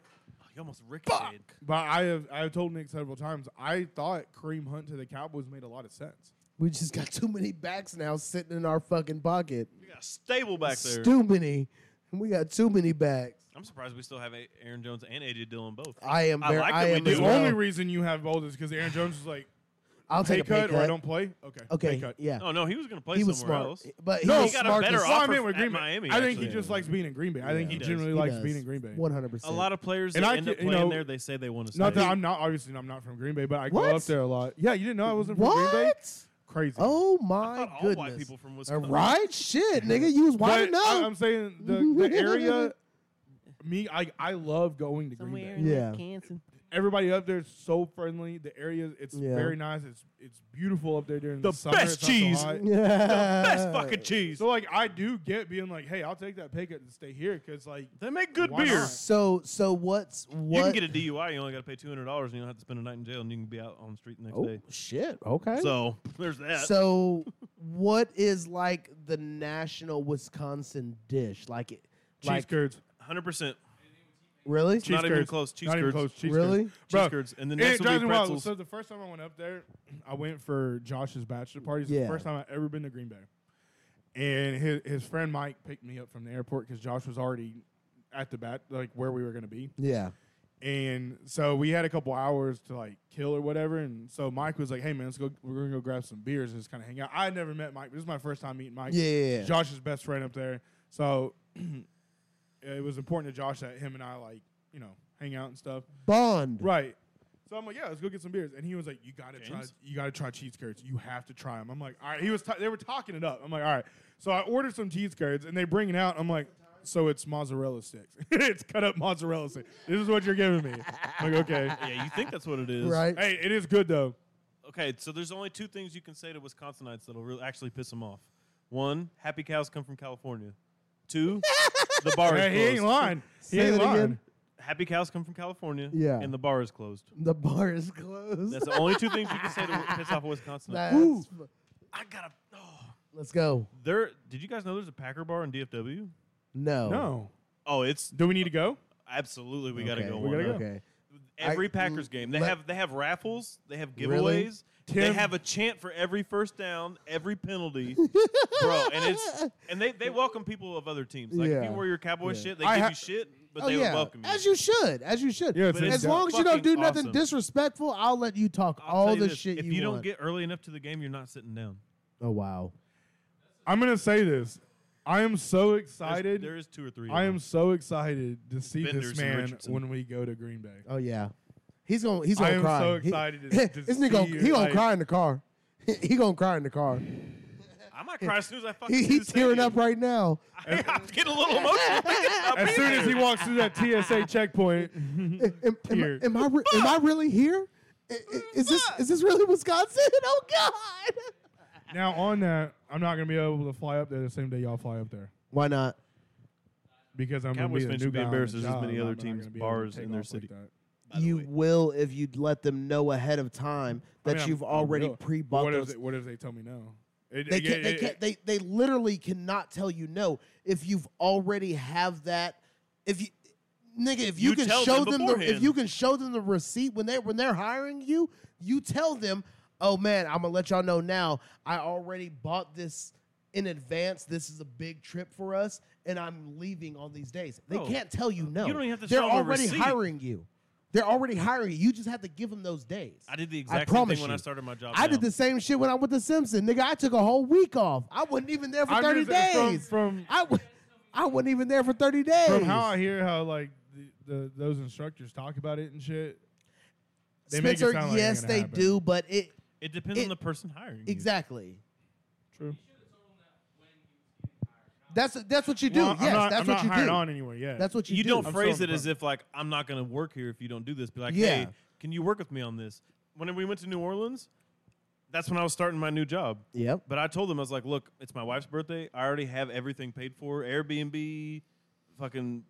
S3: He almost ricocheted.
S1: but I have I have told Nick several times. I thought Kareem Hunt to the Cowboys made a lot of sense.
S2: We just got too many backs now sitting in our fucking pocket.
S3: We got a stable back there.
S2: Too many. We got too many backs.
S3: I'm surprised we still have A- Aaron Jones and AJ Dillon both.
S2: I am.
S3: I
S2: very
S3: like
S2: I
S3: that we
S2: am
S3: do.
S2: as
S1: The
S2: well.
S1: only reason you have both is because Aaron Jones was like
S2: I'll
S1: pay,
S2: take a
S1: cut,
S2: pay cut.
S1: or I don't play. Okay,
S2: okay.
S1: pay cut.
S2: Yeah.
S3: oh no, he was going to play
S2: he was
S3: somewhere
S2: smart,
S3: else.
S2: but he,
S1: No,
S2: was
S1: he got
S3: a
S2: smart
S3: better
S2: as-
S1: Well, I
S3: offer
S1: meant with
S3: at
S1: Green Bay.
S3: Miami,
S1: I think
S3: actually.
S1: he just likes being in Green Bay. I think
S3: He
S1: he,
S3: does.
S1: generally
S2: He
S1: likes
S2: does.
S1: being in Green Bay.
S2: 100%.
S3: A lot of players
S1: And
S3: that
S1: I
S3: end
S1: ca-
S3: up
S1: you
S3: playing
S1: know,
S3: there, they say they want to stay.
S1: Not that I'm not obviously I'm not from Green Bay, but I
S2: What?
S1: go up there a lot. Yeah, you didn't know I wasn't from Green Bay.
S2: What?
S1: Crazy.
S2: Oh
S3: I
S2: my
S3: thought all
S2: goodness!
S3: white people from
S2: All
S3: Wisconsin.
S2: right, shit, nigga, you was
S1: But
S2: wide
S1: I,
S2: enough.
S1: am saying the, the area. Me, I, I love going to Green Bay.
S2: Yeah,
S1: Everybody up there is so friendly. The area, it's
S2: Yeah.
S1: very nice. It's it's beautiful up there during
S3: The
S1: the, summer.
S3: best
S1: It's not so
S3: cheese.
S1: hot.
S2: yeah.
S3: Best fucking cheese.
S1: So like, I do get being like, hey, I'll take that pay cut and stay here because like
S3: they make good
S1: Why
S3: beer.
S1: not?
S2: So, so what's what?
S3: You can get a DUI. You only got to pay two hundred dollars, and you don't have to spend a night in jail, and you can be out on the street the next
S2: oh
S3: day.
S2: shit! Okay.
S3: So there's that.
S2: So what is like the national Wisconsin dish? Like, it-
S1: cheese
S2: like
S1: curds,
S3: Hundred percent.
S2: really?
S1: cheese
S3: Not
S1: curds,
S3: even close. Cheese
S1: not even
S3: curds.
S1: close. Cheese
S2: Really?
S1: curds.
S2: Cheese
S1: Bro,
S3: curds. And the
S1: it
S3: next will be
S1: drives me wild.
S3: pretzels.
S1: So the first time I went up there, I went for Josh's bachelor party. It's
S2: Yeah.
S1: the first time I've ever been to Green Bay. And his, his friend Mike picked me up from the airport because Josh was already at the bat, like where we were going to be.
S2: Yeah.
S1: And so we had a couple hours to like kill or whatever. And so Mike was like, hey, man, let's go. We're going to go grab some beers and just kind of hang out. I had never met Mike. This is my first time meeting Mike.
S2: Yeah, yeah, yeah.
S1: Josh's best friend up there. So it was important to Josh that him and I, like, you know, hang out and stuff.
S2: Bond.
S1: Right. So I'm like, yeah, let's go get some beers. And he was like, you gotta try,
S3: James?
S1: you gotta try cheese curds. You have to try them. I'm like, all right. He was, t- they were talking it up. I'm like, all right. So I ordered some cheese curds, and they bring it out. I'm like, so it's mozzarella sticks. it's cut up mozzarella sticks. This is what you're giving me. I'm like, okay.
S3: yeah, you think that's what it is,
S2: Right.
S1: Hey, it is good though.
S3: Okay, so there's only two things you can say to Wisconsinites that'll really actually piss them off. One, happy cows come from California. Two, the bar is
S1: Hey,
S3: closed.
S1: he ain't lying. He
S2: Say
S1: ain't
S2: that again.
S1: lying.
S3: Happy cows come from California.
S2: Yeah.
S3: and the bar is closed.
S2: The bar is closed.
S3: That's the only two things you can say to wi- piss off a Wisconsinite.
S2: That's
S1: Ooh.
S2: fu-
S3: I gotta. Oh,
S2: Let's go.
S3: there. Did you guys know there's a Packer bar in DFW?
S2: No.
S1: No.
S3: Oh, it's
S1: Do we need to go?
S3: absolutely. We gotta
S2: Okay,
S3: go.
S1: We
S3: on
S1: gotta
S3: that.
S1: go.
S2: Okay.
S3: Every
S2: I-
S3: Packers game, they
S2: let-
S3: have they have raffles, they have
S2: Really?
S3: giveaways, they
S1: Tim-
S3: have a chant for every first down, every penalty, bro. And it's and they, they welcome people of other teams. Like if
S2: Yeah.
S3: you wear your Cowboys
S2: Yeah.
S3: shit, they
S1: I
S3: give
S1: ha-
S3: you shit, but
S2: oh
S3: they
S2: yeah.
S3: would welcome you.
S2: As you should. As you should.
S1: Yeah,
S3: But
S1: it's
S2: as
S3: it's
S2: long as you don't do
S3: fucking
S2: nothing
S3: awesome.
S2: disrespectful, I'll let you talk
S3: I'll
S2: all
S3: tell you
S2: the
S3: this,
S2: shit
S3: if
S2: you,
S3: don't
S2: want.
S3: get early enough to the game, you're not sitting down.
S2: oh wow.
S1: I'm gonna say this. I am so excited.
S3: There is two or three. of
S1: I
S3: them.
S1: am so excited to see
S3: Benders
S1: this
S3: and
S1: man
S3: Richardson.
S1: when we go to Green Bay.
S2: Oh yeah, he's gonna he's
S1: I
S2: gonna
S1: am
S2: cry.
S1: so
S2: He-
S1: excited to- to
S2: this nigga gonna,
S1: see
S2: he gonna
S1: like-
S2: cry in the car. he gonna cry in the car.
S3: I might cry as soon as I fucking.
S2: He,
S3: see
S2: he's
S3: the
S2: tearing up
S3: stadium.
S2: right now.
S3: I'm getting a little emotional. thinking about
S1: As
S3: being
S1: soon as he
S3: there.
S1: walks through that TSA checkpoint,
S2: Am, am, am,
S1: Tears.
S2: I- am I re- am I really here? I- I- Is this is this really Wisconsin? Oh God!
S1: now on that, I'm not gonna be able to fly up there the same day y'all fly up there
S2: Why not?
S1: because I'm
S3: Cowboys
S1: gonna be
S3: fans
S1: the new
S3: should be
S1: guy on the
S3: embarrassed as
S1: job,
S3: many
S1: and
S3: other
S1: I'm not
S3: teams'
S1: gonna be able to
S3: bars
S1: take
S3: in their
S1: off like
S3: city.
S1: that.
S2: You will if you'd let them know ahead of time that
S1: mean, I'm-
S2: you've
S1: I
S2: already
S1: will. But
S2: pre-bought
S1: What if
S2: those.
S1: they, what if they tell me no? It-
S2: They
S1: it-
S2: can't. They
S1: it-
S2: can't. They they literally cannot tell you no if you've already have that. If you, nigga, if you,
S3: You
S2: can
S3: tell
S2: show
S3: them
S2: them, the, if
S3: beforehand.
S2: you can show them the receipt when they when they're hiring you, you tell them, oh man, I'm gonna let y'all know now. I already bought this in advance. This is a big trip for us, and I'm leaving on these days. They
S3: No.
S2: can't tell you no.
S3: You don't even have to
S2: They're
S3: show them a
S2: already
S3: receipt.
S2: hiring you. They're already hiring you. You just have to give them those days.
S3: I did
S2: I
S3: the exact same
S2: promise
S3: thing when
S2: you.
S3: I started my job.
S2: I
S3: now.
S2: did the same shit when I went to Simpson. Nigga, I took a whole week off. I wasn't even there for
S1: I'm
S2: 30
S1: just- from-
S2: days.
S1: from-
S2: I, w- I wasn't even there for 30 days.
S1: From how I hear how like the, the those instructors talk about it and shit, they make it sound
S2: Spencer,
S1: like it ain't
S2: yes,
S1: gonna
S2: they
S1: happen.
S2: do, but it
S3: It depends
S2: It-
S3: on the person hiring. you.
S2: exactly.
S1: true.
S2: That's that's what you do.
S1: Well, I'm
S2: yes,
S1: not-
S2: that's
S1: I'm
S2: what
S1: not
S2: you
S1: hired
S2: do.
S1: on anywhere yet.
S2: That's what you,
S3: You,
S2: do.
S3: don't
S1: I'm
S3: phrase
S1: so
S3: it as
S1: impressed.
S3: if like I'm not going to work here if you don't do this. Be like,
S2: Yeah.
S3: hey, can you work with me on this? When we went to New Orleans, that's when I was starting my new job.
S2: Yep.
S3: But I told them I was like, look, it's my wife's birthday. I already have everything paid for. Airbnb, fucking.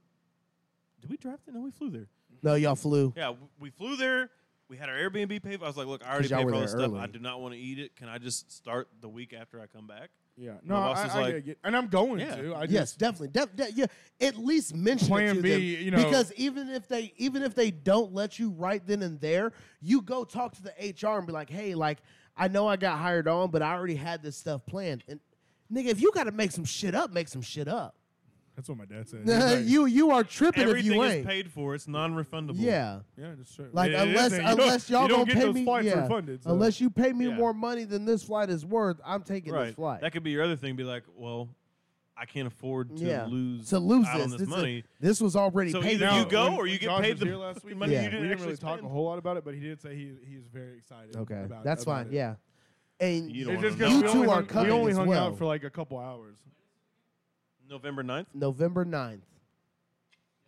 S3: Did we drive there? No, we flew there.
S2: No, y'all flew.
S3: Yeah, w- we flew there. We had our Airbnb paid. for. I was like, look, I already
S2: 'Cause y'all
S3: paid
S2: were
S3: for all this
S2: there
S3: stuff.
S2: early.
S3: I do not want to eat it. Can I just start the week after I come back?
S1: Yeah, no,
S3: boss
S1: I,
S3: is
S1: I
S3: like-
S1: get it. and I'm going
S3: Yeah.
S1: to. I
S2: yes,
S1: just,
S2: definitely. Def- de- yeah, at least mention it
S1: Plan
S2: to
S1: B,
S2: them
S1: you know-
S2: because even if they even if they don't let you right then and there, you go talk to the HR and be like, "Hey, like I know I got hired on, but I already had this stuff planned." And nigga, if you got to make some shit up, make some shit up.
S1: that's what my dad said. He's like,
S2: you you are tripping if
S3: Everything
S2: you
S3: is
S2: ain't.
S3: paid for. It's non-refundable.
S2: yeah.
S1: yeah, that's true.
S2: Like
S1: It- it is
S2: unless
S1: that you don't-
S2: unless y'all
S1: you don't
S2: gonna
S1: get
S2: pay
S1: those
S2: me
S1: flights
S2: yeah,
S1: refunded. so-
S2: unless you pay me
S3: Yeah.
S2: more money than this flight is worth, I'm taking
S3: right.
S2: this flight.
S3: That could be your other thing. Be like, well, I can't afford to
S2: yeah,
S3: lose
S2: to lose
S3: out
S2: this.
S3: on this,
S2: this, is-
S3: money.
S2: this was already
S3: So
S2: paid.
S3: either
S2: for.
S3: you go
S1: when-
S3: or you
S1: when
S3: get
S1: Josh
S3: paid
S1: was
S3: the
S1: here last
S3: fucking
S1: week.
S3: money
S2: Yeah.
S1: we
S3: you didn't
S1: didn't
S3: actually
S1: really talk a
S3: spend.
S1: whole lot about it, but he did say he he is very excited.
S2: Okay,
S1: about-
S2: that's
S1: about
S2: fine.
S1: it.
S2: Yeah, and
S3: You don't
S1: It's
S3: wanna
S1: just
S3: know.
S1: 'cause
S2: You
S1: we
S2: two
S1: only
S2: are
S1: hung-
S2: coming
S1: We only
S2: as
S1: hung
S2: well.
S1: out for like a couple hours.
S3: November 9th?
S2: November 9th.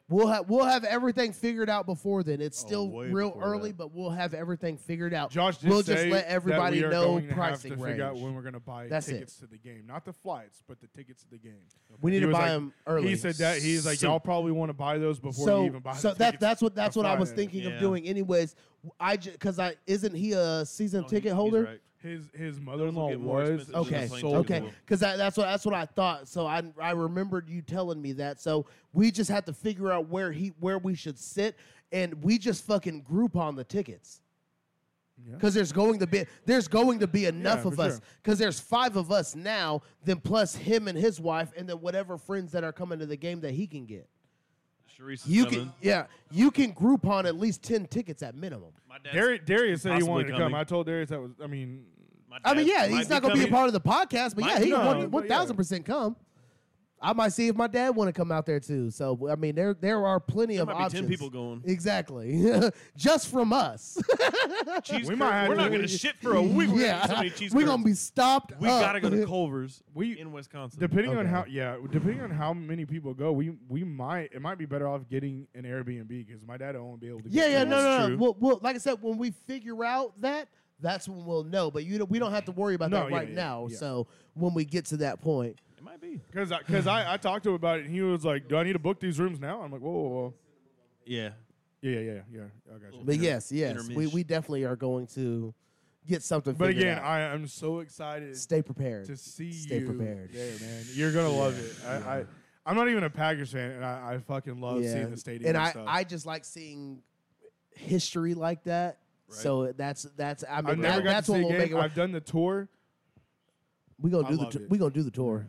S2: We'll have we'll have everything figured out before then. It's
S3: Oh,
S2: still
S3: way
S2: real
S3: before
S2: early,
S3: that.
S2: but we'll have everything figured out.
S1: Josh did
S2: we'll
S1: say
S2: just let everybody
S1: that we are
S2: know
S1: going to have
S2: pricing
S1: to
S2: range.
S1: figure out when we're going to buy
S2: That's it.
S1: tickets to the game, not the flights, but the tickets to the game.
S2: we need
S1: He
S2: to
S1: was
S2: buy
S1: like-
S2: them early.
S1: He said that he's like,
S3: So-
S1: y'all probably want to buy those before
S2: so
S1: you even buy.
S2: so
S1: the
S2: that
S1: tickets
S2: that's what that's
S1: on
S2: what I was
S1: Friday."
S2: thinking
S3: Yeah.
S2: of doing. Anyways, I because I isn't he a season
S3: Oh, he-
S2: ticket
S3: he's
S2: holder?
S3: right.
S1: His his mother in
S3: will
S1: law
S3: get more
S1: was
S3: expensive
S2: Okay,
S3: Just plain
S1: sold
S2: okay,
S1: to him.
S2: because that's what that's what I thought. So I I remembered you telling me that. So we just had to figure out where he where we should sit, and we just fucking group on the tickets.
S1: Yeah.
S2: Because there's going to be there's going to be enough
S1: for
S2: of us.
S1: sure.
S2: Because there's five of us now, then plus him and his wife, and then whatever friends that are coming to the game that he can get.
S3: Sharice is
S2: You
S3: coming.
S2: can yeah, you can group on at least ten tickets at minimum.
S3: My dad's,
S1: Darius, Darius said he
S3: possibly
S1: wanted to come.
S3: coming.
S1: I told Darius that was. I mean,
S3: my
S2: I mean,
S3: dad
S2: yeah,
S3: might
S2: he's not gonna be a
S3: coming.
S2: part of the podcast, but
S3: Might
S2: yeah, he
S3: be
S2: one-
S1: coming,
S2: one
S1: but yeah.
S2: thousand percent come. I might see if my dad want to come out there too. So I mean, there there are plenty
S3: There
S2: of
S3: might be
S2: options.
S3: 10 people going.
S2: exactly, just from us.
S3: Cheese
S1: We might
S3: curds.
S1: have
S3: We're
S1: to-
S3: not going to shit for a week. We're
S2: yeah,
S3: going to cheese
S2: we're
S3: curds.
S2: gonna be uh, stopped.
S3: We
S2: up.
S3: got to go to Culver's
S1: we
S3: in Wisconsin.
S1: depending on
S2: Okay.
S1: how yeah, depending on how many people go, we we might it might be better off getting an Airbnb because my dad will only be able to.
S2: Yeah,
S1: get
S2: yeah,
S1: to
S2: no,
S1: us.
S2: no, no.
S3: true.
S2: We'll, we'll, like I said, when we figure out that, that's when we'll know. But you, don't- we don't have to worry about
S1: No,
S2: that
S1: yeah,
S2: right
S1: yeah,
S2: now.
S1: yeah.
S2: So when we get to that point,
S3: it might be.
S1: Because I, cause I, I talked to him about it, and he was like, "Do I need to book these rooms now?" I'm like, "Whoa, whoa, whoa.
S3: Yeah.
S1: yeah, yeah, yeah, yeah, I got you."
S2: but yes, yes, we,
S3: intermission.
S2: we definitely are going to get something.
S1: But
S2: figured
S1: again,
S2: out.
S1: I am so excited
S2: stay prepared.
S1: to see
S2: stay
S1: you
S2: prepared.
S1: there, man. You're gonna love it. I, I I'm not even a Packers fan, and I, I fucking love seeing the stadium
S2: And
S1: and
S2: I,
S1: stuff.
S2: I just like seeing history like that.
S3: Right.
S2: So that's that's I mean
S1: I've never
S2: that-
S1: got
S2: that's
S1: to see a
S2: what will
S1: game.
S2: make it.
S1: I've done the tour.
S2: we gonna
S1: I
S2: do the
S1: love
S2: tou-
S1: it.
S2: we gonna do the tour.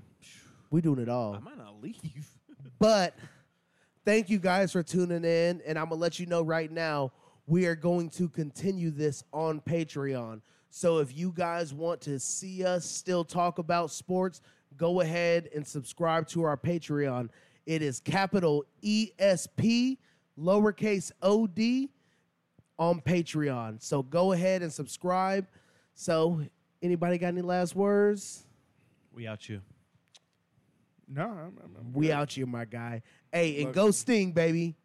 S2: We doing it
S3: I
S2: all.
S3: might not leave.
S2: But thank you guys for tuning in, and I'm gonna let you know right now we are going to continue this on Patreon. So if you guys want to see us still talk about sports, go ahead and subscribe to our Patreon. It is capital ESP, lowercase OD on Patreon. So go ahead and subscribe. So anybody got any last words?
S3: We out you.
S1: No, I'm, I'm, I'm
S2: We out you, my guy. Hey, and
S1: Love
S2: go sting, baby.